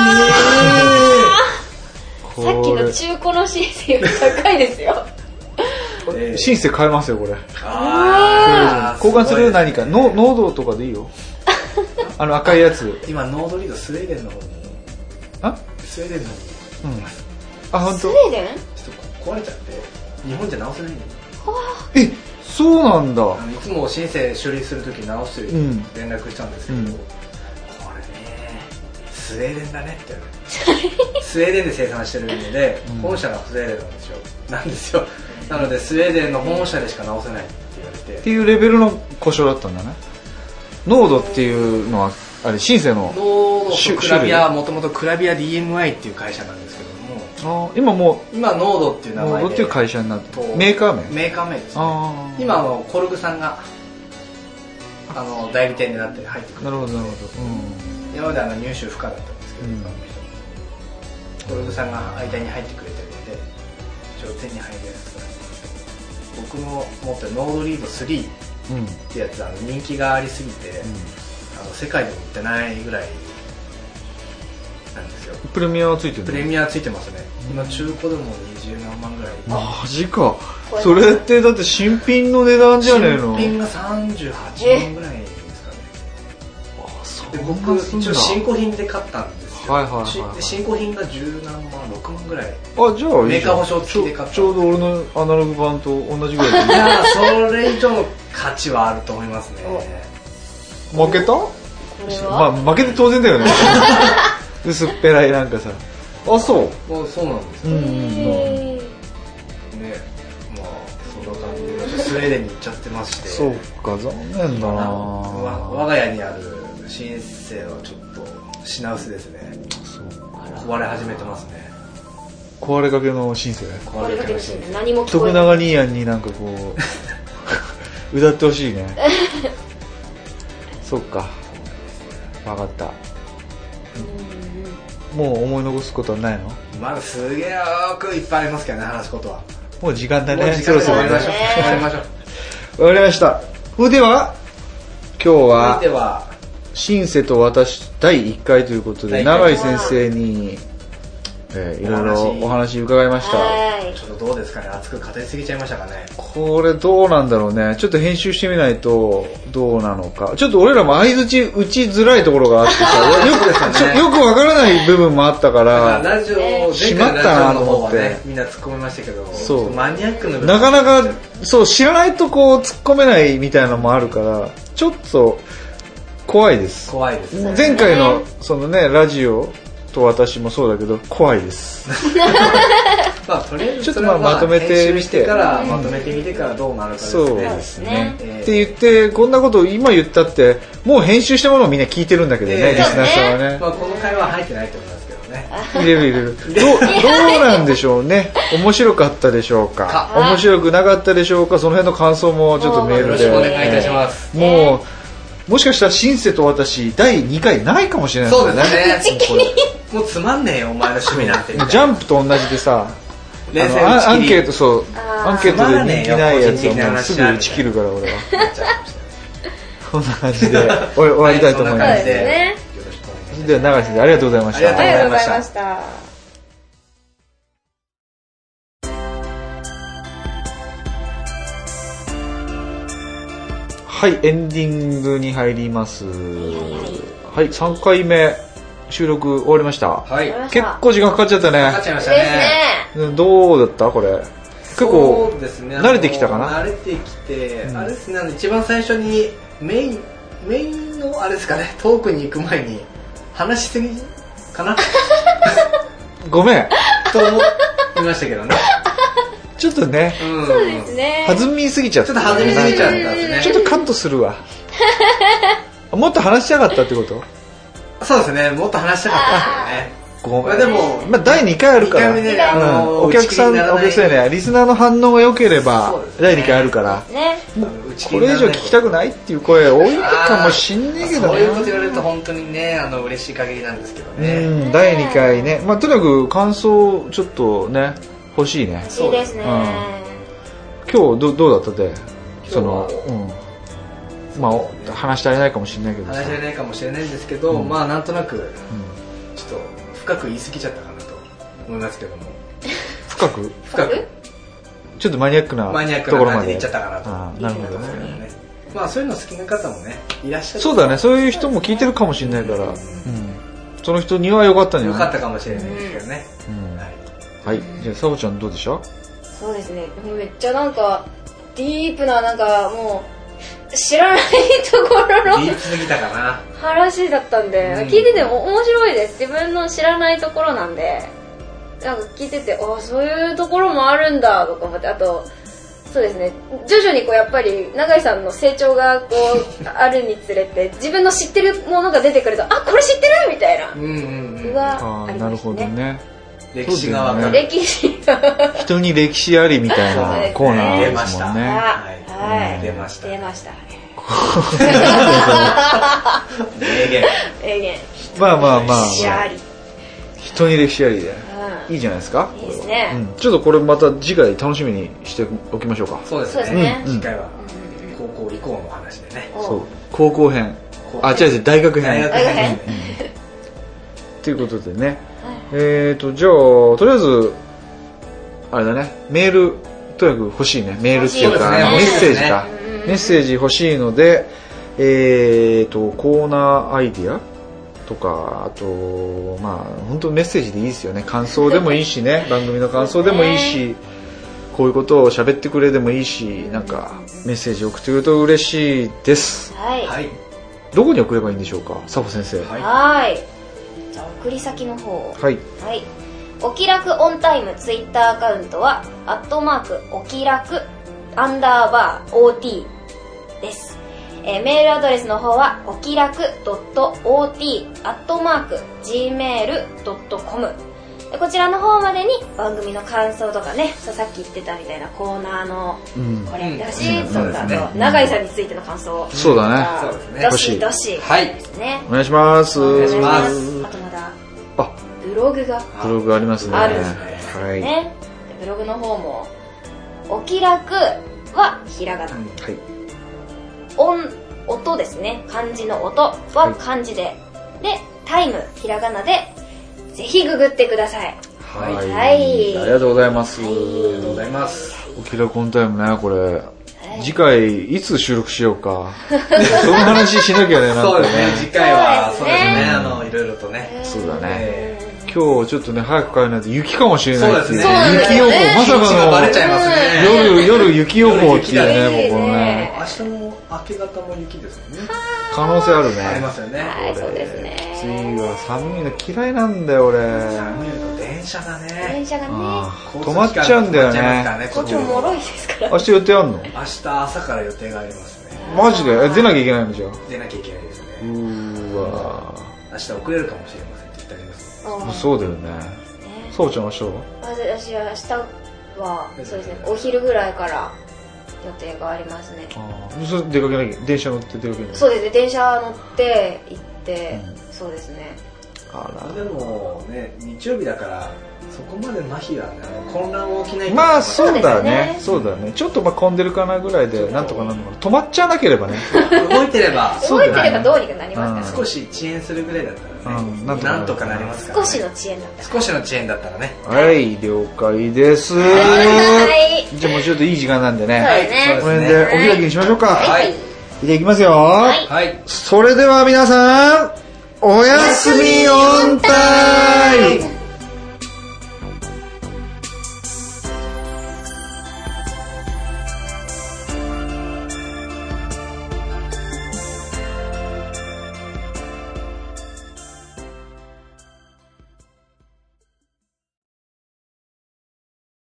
Speaker 2: さっきの
Speaker 1: これ
Speaker 2: 中古のシーズンより高いですよ
Speaker 3: ええ
Speaker 1: シンセ買えますよこれ
Speaker 3: あー
Speaker 1: 交換す
Speaker 3: ごい
Speaker 1: る
Speaker 3: でね
Speaker 1: 何かノノードとかでい いよあの赤いやつ
Speaker 3: 今ノードリードスウェーデンの方に
Speaker 1: あ
Speaker 3: スウェーデンの方に
Speaker 1: うんあ本
Speaker 2: スウェ
Speaker 1: 当。
Speaker 2: ーデン
Speaker 3: ちょっとこ壊れちゃって日本じゃ直せないんだよ
Speaker 1: えそうなんだ
Speaker 3: あのいつも申請処理するとき直して
Speaker 1: うん
Speaker 3: 連絡したんですけど、
Speaker 1: うん
Speaker 3: これねスウェーデンだねって言われ てスウェーデンで生産してるので、
Speaker 1: うん
Speaker 3: 本社がスウェーデンなんですよなんですよなのでスウェーデンの本社でしか直せないって言われ
Speaker 1: ってていうレベルの故障だったんだね濃度っていうのはあれシンセの
Speaker 3: ノー
Speaker 1: 種
Speaker 3: ドとクラビア
Speaker 1: 種
Speaker 3: はもともとクラビア DMI っていう会社なんですけども
Speaker 1: あー今も
Speaker 3: 今ノードっていうう名
Speaker 1: 濃
Speaker 3: 前
Speaker 1: 度
Speaker 3: で
Speaker 1: っていう会社になって
Speaker 3: と
Speaker 1: メーカー名
Speaker 3: メーカー名ですね
Speaker 1: ああ
Speaker 3: 今あのコルグさんがあの代理店になって入ってくる
Speaker 1: なるほどなるほど
Speaker 3: 今まであの入手不可だったんですけど、
Speaker 1: うん
Speaker 3: 一般の人トルグさんが間に入ってくれてるので一応手に入りやすくなってます僕も持ってるノードリード3っ
Speaker 1: うんうん
Speaker 3: てやつあの人気がありすぎて、あの世界でも売ってないぐらいなんですよ
Speaker 1: プレミアはついてる
Speaker 3: プレミアついてますね今中古でも20何万ぐらい
Speaker 1: マジか
Speaker 2: これ
Speaker 1: それってだって新品の値段じゃねえの
Speaker 3: 新品が38万ぐらいですかね
Speaker 1: あそ
Speaker 3: で
Speaker 1: う
Speaker 3: 僕
Speaker 1: なすん
Speaker 3: 一
Speaker 1: だ
Speaker 3: 応新古品で買ったんですよ、
Speaker 1: はいはいはいはい
Speaker 3: で新古品が十何万6万ぐらい
Speaker 1: あじゃあいいじゃん
Speaker 3: メーカー保証付きで買った
Speaker 1: ちょちょうど俺のアナログ版と同じぐらい
Speaker 3: い
Speaker 1: で
Speaker 3: やーそれ以上の価値はあると思いますね
Speaker 1: 負けた
Speaker 2: これ
Speaker 1: ま
Speaker 2: は、
Speaker 1: あ負けて当然 だよね薄っぺらいなんかさあそう
Speaker 3: もうそうなんです
Speaker 1: う
Speaker 3: よね、
Speaker 1: ん
Speaker 2: へー
Speaker 3: まあそんな感じでスウェーデンに行っちゃってまして
Speaker 1: そうか残念だな
Speaker 3: あのわ我が家にある新生はちょっと品薄ですね
Speaker 1: そう
Speaker 3: 壊れ始めてますね
Speaker 1: 壊れかけのシンセ
Speaker 2: こ
Speaker 3: 壊
Speaker 2: れ
Speaker 3: れ
Speaker 2: だ
Speaker 3: か
Speaker 2: けの
Speaker 3: けの
Speaker 2: シ
Speaker 3: 新
Speaker 2: ーズン
Speaker 3: 生
Speaker 2: 何も聞こ
Speaker 1: 徳
Speaker 2: えない
Speaker 1: 永兄やんになんかこ う歌ってほしいねそっか分かったもう思い残すことはないの
Speaker 3: まだすげえよくいっぱいありますけどね話すことは
Speaker 1: もう時間だ
Speaker 3: もう
Speaker 1: ね
Speaker 3: 時
Speaker 1: そ
Speaker 3: 間
Speaker 1: ろ
Speaker 3: で
Speaker 1: そ
Speaker 3: 終
Speaker 1: ろ
Speaker 3: わ
Speaker 1: ね
Speaker 3: りましょう終わりましょう
Speaker 1: わかりましたそれでは今日
Speaker 3: 続い
Speaker 1: は
Speaker 3: ては
Speaker 1: シンセと私第1回ということ
Speaker 3: 第
Speaker 1: で
Speaker 3: 一回
Speaker 1: 永井先生に、えーいろいろお
Speaker 3: お
Speaker 1: 話伺いました
Speaker 2: は
Speaker 3: ちょっとどうですかね熱く語りすぎちゃいましたかね
Speaker 1: これどうなんだろうね。ちょっと編集してみないとどうなのか。ちょっと俺らも相づち打ちづらいところがあって さ、よ
Speaker 3: そうで
Speaker 1: く、
Speaker 3: すね
Speaker 1: ちょよくわからない部分もあったか
Speaker 3: まあ
Speaker 1: ら、
Speaker 3: ラジオ、前
Speaker 1: しま
Speaker 3: 回
Speaker 1: っ
Speaker 3: の
Speaker 1: たな
Speaker 3: ラジオ
Speaker 1: と
Speaker 3: の方
Speaker 1: 思っ
Speaker 3: は
Speaker 1: て
Speaker 3: ね、みんな突っ込みましたけど、
Speaker 1: そう
Speaker 3: マニアックな部分
Speaker 1: なかなか、そう、知らないとこう突っ込めないみたいなのもあるから、ちょっと怖いです。
Speaker 3: 怖いですね。
Speaker 1: 前回の、そのね、ラジオと私もそうだけど、怖いです。
Speaker 3: まあ、とりあえず、
Speaker 1: ちょっと
Speaker 3: それは
Speaker 1: まあまとめてみて
Speaker 3: 編集してから、まとめてみてからどうなるかですね。
Speaker 1: そう
Speaker 2: そう
Speaker 1: で
Speaker 2: ですす
Speaker 1: ね
Speaker 2: ね。
Speaker 1: って言って、こんなこと今言ったって、もう編集したものをみんな聞いてるんだけどね、
Speaker 3: ええ
Speaker 1: リスナーさんはね。
Speaker 3: まあ、この会話は入ってないと思いますけどね。
Speaker 1: 入れる入れる。どう、どうなんでしょうね。面白かったでしょうか。
Speaker 2: か
Speaker 1: 面白くなかったでしょうか。その辺の感想もちょっとメー
Speaker 3: よ
Speaker 1: ル
Speaker 3: ろ
Speaker 1: で。
Speaker 3: しくお願いいたします。
Speaker 1: もう、もしかしたらシンセと私第2回ないかもしれない
Speaker 3: そうです
Speaker 2: 一
Speaker 3: ね
Speaker 2: 気 に
Speaker 3: もうつまんねえよお前の趣味なんてみたいな
Speaker 1: ジャンプと同じでさあ
Speaker 3: 連
Speaker 1: の
Speaker 3: 戦打
Speaker 1: ア
Speaker 3: ち
Speaker 1: ンアン
Speaker 3: 切り
Speaker 1: ケートそう
Speaker 2: あー
Speaker 1: アンケートで人気な
Speaker 3: つまらね
Speaker 1: いやつは
Speaker 3: えよ個人的
Speaker 1: も
Speaker 3: な
Speaker 1: うす
Speaker 3: 話
Speaker 1: ぐ
Speaker 3: だね
Speaker 1: 打ち切るから 俺は
Speaker 3: じゃ
Speaker 1: こんな感じで終わ終わりたいと思い
Speaker 3: あ
Speaker 1: ま
Speaker 2: そう
Speaker 1: す
Speaker 3: そんな感じ
Speaker 2: ですね
Speaker 3: よろしくお願いします
Speaker 1: では長瀬でありがとうございまし
Speaker 3: ありが
Speaker 1: た
Speaker 3: と
Speaker 2: あ
Speaker 3: う
Speaker 2: りがとうございました
Speaker 1: はいエンディングに入りますはい3回目収録終わりました
Speaker 3: はい
Speaker 2: 終わりました
Speaker 1: 結構時間かかっちゃった
Speaker 3: かかっちゃ
Speaker 1: ね
Speaker 3: いま
Speaker 2: で
Speaker 3: し
Speaker 2: す
Speaker 3: たね
Speaker 2: ね
Speaker 1: どうだったこれ結構
Speaker 3: そうですね
Speaker 1: 慣れてきたかな
Speaker 3: 慣れてきて、
Speaker 1: うん
Speaker 3: あれですねあの一番最初にメインメインのあれですかねトークに行く前に話しすぎか な
Speaker 1: ごめん
Speaker 3: と思いましたけどね、
Speaker 1: ちょっとね
Speaker 3: うん、
Speaker 2: そうですね
Speaker 1: 弾みすぎちゃっ
Speaker 3: ち
Speaker 1: た
Speaker 3: ょっと弾みすぎちゃったんですね
Speaker 1: ちょっとカットす るわもっと話したかったってこと
Speaker 3: そうですねもっと話したかったですよね
Speaker 1: ご
Speaker 3: ま
Speaker 1: め
Speaker 3: あ
Speaker 1: ん
Speaker 3: でも
Speaker 1: まあ、第2回あるから
Speaker 3: 二回目ね
Speaker 1: うん
Speaker 3: あの
Speaker 1: お客さ
Speaker 3: 打ち切り
Speaker 1: ん
Speaker 3: になら
Speaker 1: お
Speaker 3: ない
Speaker 1: 客さんやねリスナーの反応が良けれ
Speaker 3: そ
Speaker 1: ば
Speaker 3: うですね
Speaker 1: 第2回あるから
Speaker 2: ね
Speaker 1: もう
Speaker 3: 打ち切
Speaker 1: こ
Speaker 3: りに
Speaker 1: れ以
Speaker 3: なら
Speaker 1: 上
Speaker 3: ない
Speaker 1: 聞きたくないっていう声多いかもしんねえけど
Speaker 3: そう
Speaker 1: ね
Speaker 3: いうこと言われると本当にねあの嬉しい限りなんですけどね、
Speaker 1: うん第2回ねまあとにかく感想ちょっとね欲しいね
Speaker 2: いいですね
Speaker 1: 今日どどうだったで
Speaker 3: 日
Speaker 1: その
Speaker 3: は
Speaker 1: うんまあお話してあれないかもしんないけどさ
Speaker 3: 話し合えないかもしれないんですけど、
Speaker 1: うん
Speaker 3: まあなんとなくちょっと深く言い過ぎちゃったかなと思いますけども
Speaker 1: 深く
Speaker 3: 深く
Speaker 1: ちょっとマニアックな
Speaker 3: マニアック
Speaker 1: とこ
Speaker 3: な
Speaker 1: ろ
Speaker 3: 感
Speaker 1: ま
Speaker 3: じで言
Speaker 1: で
Speaker 3: っちゃったかなと
Speaker 1: あーなるほ
Speaker 3: 思
Speaker 1: ど
Speaker 3: いますけ
Speaker 1: ね
Speaker 3: ねまあそういうの好きな方もねいらっしゃる
Speaker 1: そうだねそういう人も聞いてるかもしんないから、うん、その人には良かったんじ
Speaker 3: よ
Speaker 1: ゃない
Speaker 3: かったかもしれないですけどね、
Speaker 1: うん
Speaker 3: はい
Speaker 1: はい、じゃあ、サボちゃんどうでした
Speaker 2: そうですねもうめっちゃなんかディープななんかもう知らないところの
Speaker 3: 言い過ぎたかな
Speaker 2: 話だったんで、
Speaker 3: うん
Speaker 2: 聞いてても面白いです自分の知らないところなんでなんか聞いててああそういうところもあるんだとか思ってあとそうですね徐々にこうやっぱり永井さんの成長がこうあるにつれて自分の知ってるものが出てくるとあこれ知ってるみたいな
Speaker 3: うんうんうん
Speaker 2: うわ
Speaker 1: あ
Speaker 2: あ
Speaker 1: あ、
Speaker 2: り
Speaker 1: なる
Speaker 2: まし
Speaker 1: ほ
Speaker 2: た
Speaker 1: ど
Speaker 2: ね
Speaker 1: ね。
Speaker 3: 歴史がわか
Speaker 1: そ
Speaker 3: る、
Speaker 1: うだよ
Speaker 2: 歴史が
Speaker 1: 人に歴史ありみたい
Speaker 3: そうです
Speaker 1: な
Speaker 2: ね
Speaker 1: コーナーですもん
Speaker 3: 出
Speaker 1: ね。
Speaker 3: はい
Speaker 2: はい
Speaker 3: 出ました
Speaker 2: 出ました
Speaker 3: 名言
Speaker 2: 名言
Speaker 1: まあまあまあ、
Speaker 2: 歴史あり、
Speaker 1: 人に歴史ありで。
Speaker 2: う
Speaker 1: いいじゃないですか。
Speaker 2: ん、いいですね、
Speaker 1: うん、ちょっとこれまた次回楽しみにしておきましょうか。
Speaker 3: そうです
Speaker 2: そうで
Speaker 3: ね
Speaker 2: すね
Speaker 1: うん
Speaker 3: 次回は高校以降の話でね
Speaker 2: お
Speaker 1: そう。高校編。あ、違う違う、大学
Speaker 3: 大
Speaker 1: 編
Speaker 3: 学。
Speaker 2: 大学
Speaker 3: 編
Speaker 2: 編
Speaker 1: ということでね。えーと、じゃあ、とりあえず、あれだね、メール、とにかく欲しいね、メールっていうか、
Speaker 3: 欲しいですね
Speaker 1: あのメッセージ
Speaker 2: 欲し
Speaker 1: か
Speaker 2: いですね、
Speaker 1: メッセージ欲しいので、えーと、コーナーアイディアとか、あと、まあ、本当メッセージでいいですよね、感想でもいいし ね、番組の感想でもいい
Speaker 2: そう
Speaker 1: し、こういうことを喋ってくれでもいいし、なんか、メッセージ送ってくれると嬉しいです。
Speaker 2: はい
Speaker 3: はい
Speaker 1: どこに送ればいいんでしょうか、佐保先生。
Speaker 3: はい
Speaker 2: はい。じゃあ、送り先の方を。
Speaker 1: はい。
Speaker 2: はい。お気楽オンタイムツイッターアカウントは、アットマーク、お気楽、アンダーバー、OT です。えーメールアドレスの方は、お気楽 .ot、アットマーク、gmail.com。でこちらの方までに番組の感想とかね、そうさっき言ってたみたいなコーナーの
Speaker 1: うん
Speaker 2: これやってほしいと
Speaker 3: うんそう
Speaker 2: か、
Speaker 3: で
Speaker 2: あ
Speaker 3: す
Speaker 2: と
Speaker 3: ね、
Speaker 2: 永井さんについての感想
Speaker 1: そうだね。
Speaker 2: あ
Speaker 3: そうですね
Speaker 2: どしどし。
Speaker 3: はい
Speaker 2: ですね。
Speaker 1: お願いします。
Speaker 2: お願いしま
Speaker 3: お願いし
Speaker 2: す。あとまだ、
Speaker 1: あ、
Speaker 2: ブログが、
Speaker 1: ブログありますね。
Speaker 2: あるんです
Speaker 1: ね。はい。はい。
Speaker 2: ね。でブログの方も、お気楽はひらがな。音、音ですね。漢字の音は漢字で。で、タイム、ひらがなで、ぜひググってください。
Speaker 1: はい。
Speaker 2: はい
Speaker 1: ありがとうございます。
Speaker 3: ありがとうございます
Speaker 1: お気楽オンタイムね、これ。次回、いつ収録しよう か。その話しなきゃね、な
Speaker 3: そう
Speaker 1: んか
Speaker 3: ですね
Speaker 1: ね。
Speaker 3: 次回は
Speaker 2: そ
Speaker 3: そうう
Speaker 2: で
Speaker 3: です
Speaker 2: ね
Speaker 3: すねあのいろいろとね
Speaker 1: そうだね。
Speaker 3: えー
Speaker 1: 今日ちょっとね、早く帰らないと雪かもしれないってい
Speaker 3: そう
Speaker 2: ですね
Speaker 1: 雪予報、ま
Speaker 3: 気
Speaker 1: さ
Speaker 3: 持ちがバ
Speaker 1: か
Speaker 3: レちゃいますね
Speaker 1: の、夜、夜雪予報っていうね、
Speaker 2: 夜雪だね
Speaker 1: もうこのね、
Speaker 3: 明日の明け方も雪ですもんね
Speaker 1: 可能性あるね。
Speaker 3: ありますよね
Speaker 2: はい、そうですね。
Speaker 1: 次は寒いの嫌いなんだよ、俺。
Speaker 3: 寒いの電車がね
Speaker 2: 電車がね、
Speaker 1: あー
Speaker 3: 交
Speaker 1: 止
Speaker 3: 通
Speaker 1: ま
Speaker 3: 機
Speaker 1: っち
Speaker 3: 関
Speaker 1: ゃうんだよ
Speaker 3: 止まっちゃい
Speaker 1: ね。
Speaker 3: ます
Speaker 2: こ
Speaker 3: か
Speaker 2: っ
Speaker 3: ら
Speaker 2: ちも
Speaker 3: ここ
Speaker 2: 脆いですから。
Speaker 1: 明日予定あんの
Speaker 3: 明日朝から予定がありますね
Speaker 1: マジでえ出なきゃいけないのじゃあ
Speaker 3: 出なきゃいけないですね
Speaker 1: うーわ
Speaker 3: 明日遅れるかもしれませんって言ってあります
Speaker 1: ー
Speaker 2: う
Speaker 1: そうだよね
Speaker 2: ですね。
Speaker 1: そうちゃんはしょう
Speaker 2: 私は明日はそうですねお昼ぐらいから予定がありますね
Speaker 1: ああそれ出かけなきゃ電車乗って出かけなきゃ
Speaker 2: そううですね電車乗って行って、
Speaker 1: う
Speaker 2: そうですね
Speaker 1: あ
Speaker 3: でもね日曜日だからそこまで麻痺はねあの混乱は起きない
Speaker 1: ら
Speaker 3: けど
Speaker 1: まあそうだね
Speaker 2: そ
Speaker 1: そうだねちょっとまあ混んでるかなぐらいでなんとかなるのかな止まっちゃなければね
Speaker 3: 動いてれば
Speaker 1: そう
Speaker 2: 動
Speaker 1: だ
Speaker 2: い
Speaker 1: よね
Speaker 2: てればどうにかなりますか
Speaker 3: 少し遅延するぐらいだったら
Speaker 1: う
Speaker 3: ね
Speaker 1: ん
Speaker 3: な
Speaker 1: なんん
Speaker 3: と
Speaker 1: と
Speaker 3: か
Speaker 1: か
Speaker 3: なりますからら
Speaker 2: ね少
Speaker 3: ね
Speaker 2: しの遅延だったら
Speaker 3: 少しの遅延だったらね
Speaker 1: はい了解です
Speaker 2: はい
Speaker 1: じゃあもうちょっといい時間なんでね、
Speaker 2: そうです
Speaker 3: はい
Speaker 2: ね
Speaker 1: この辺でお開きにしましょうか
Speaker 3: は
Speaker 1: はいいじゃあいきますよ、
Speaker 2: はい
Speaker 3: はい
Speaker 1: それでは皆さんおやすみオンタイム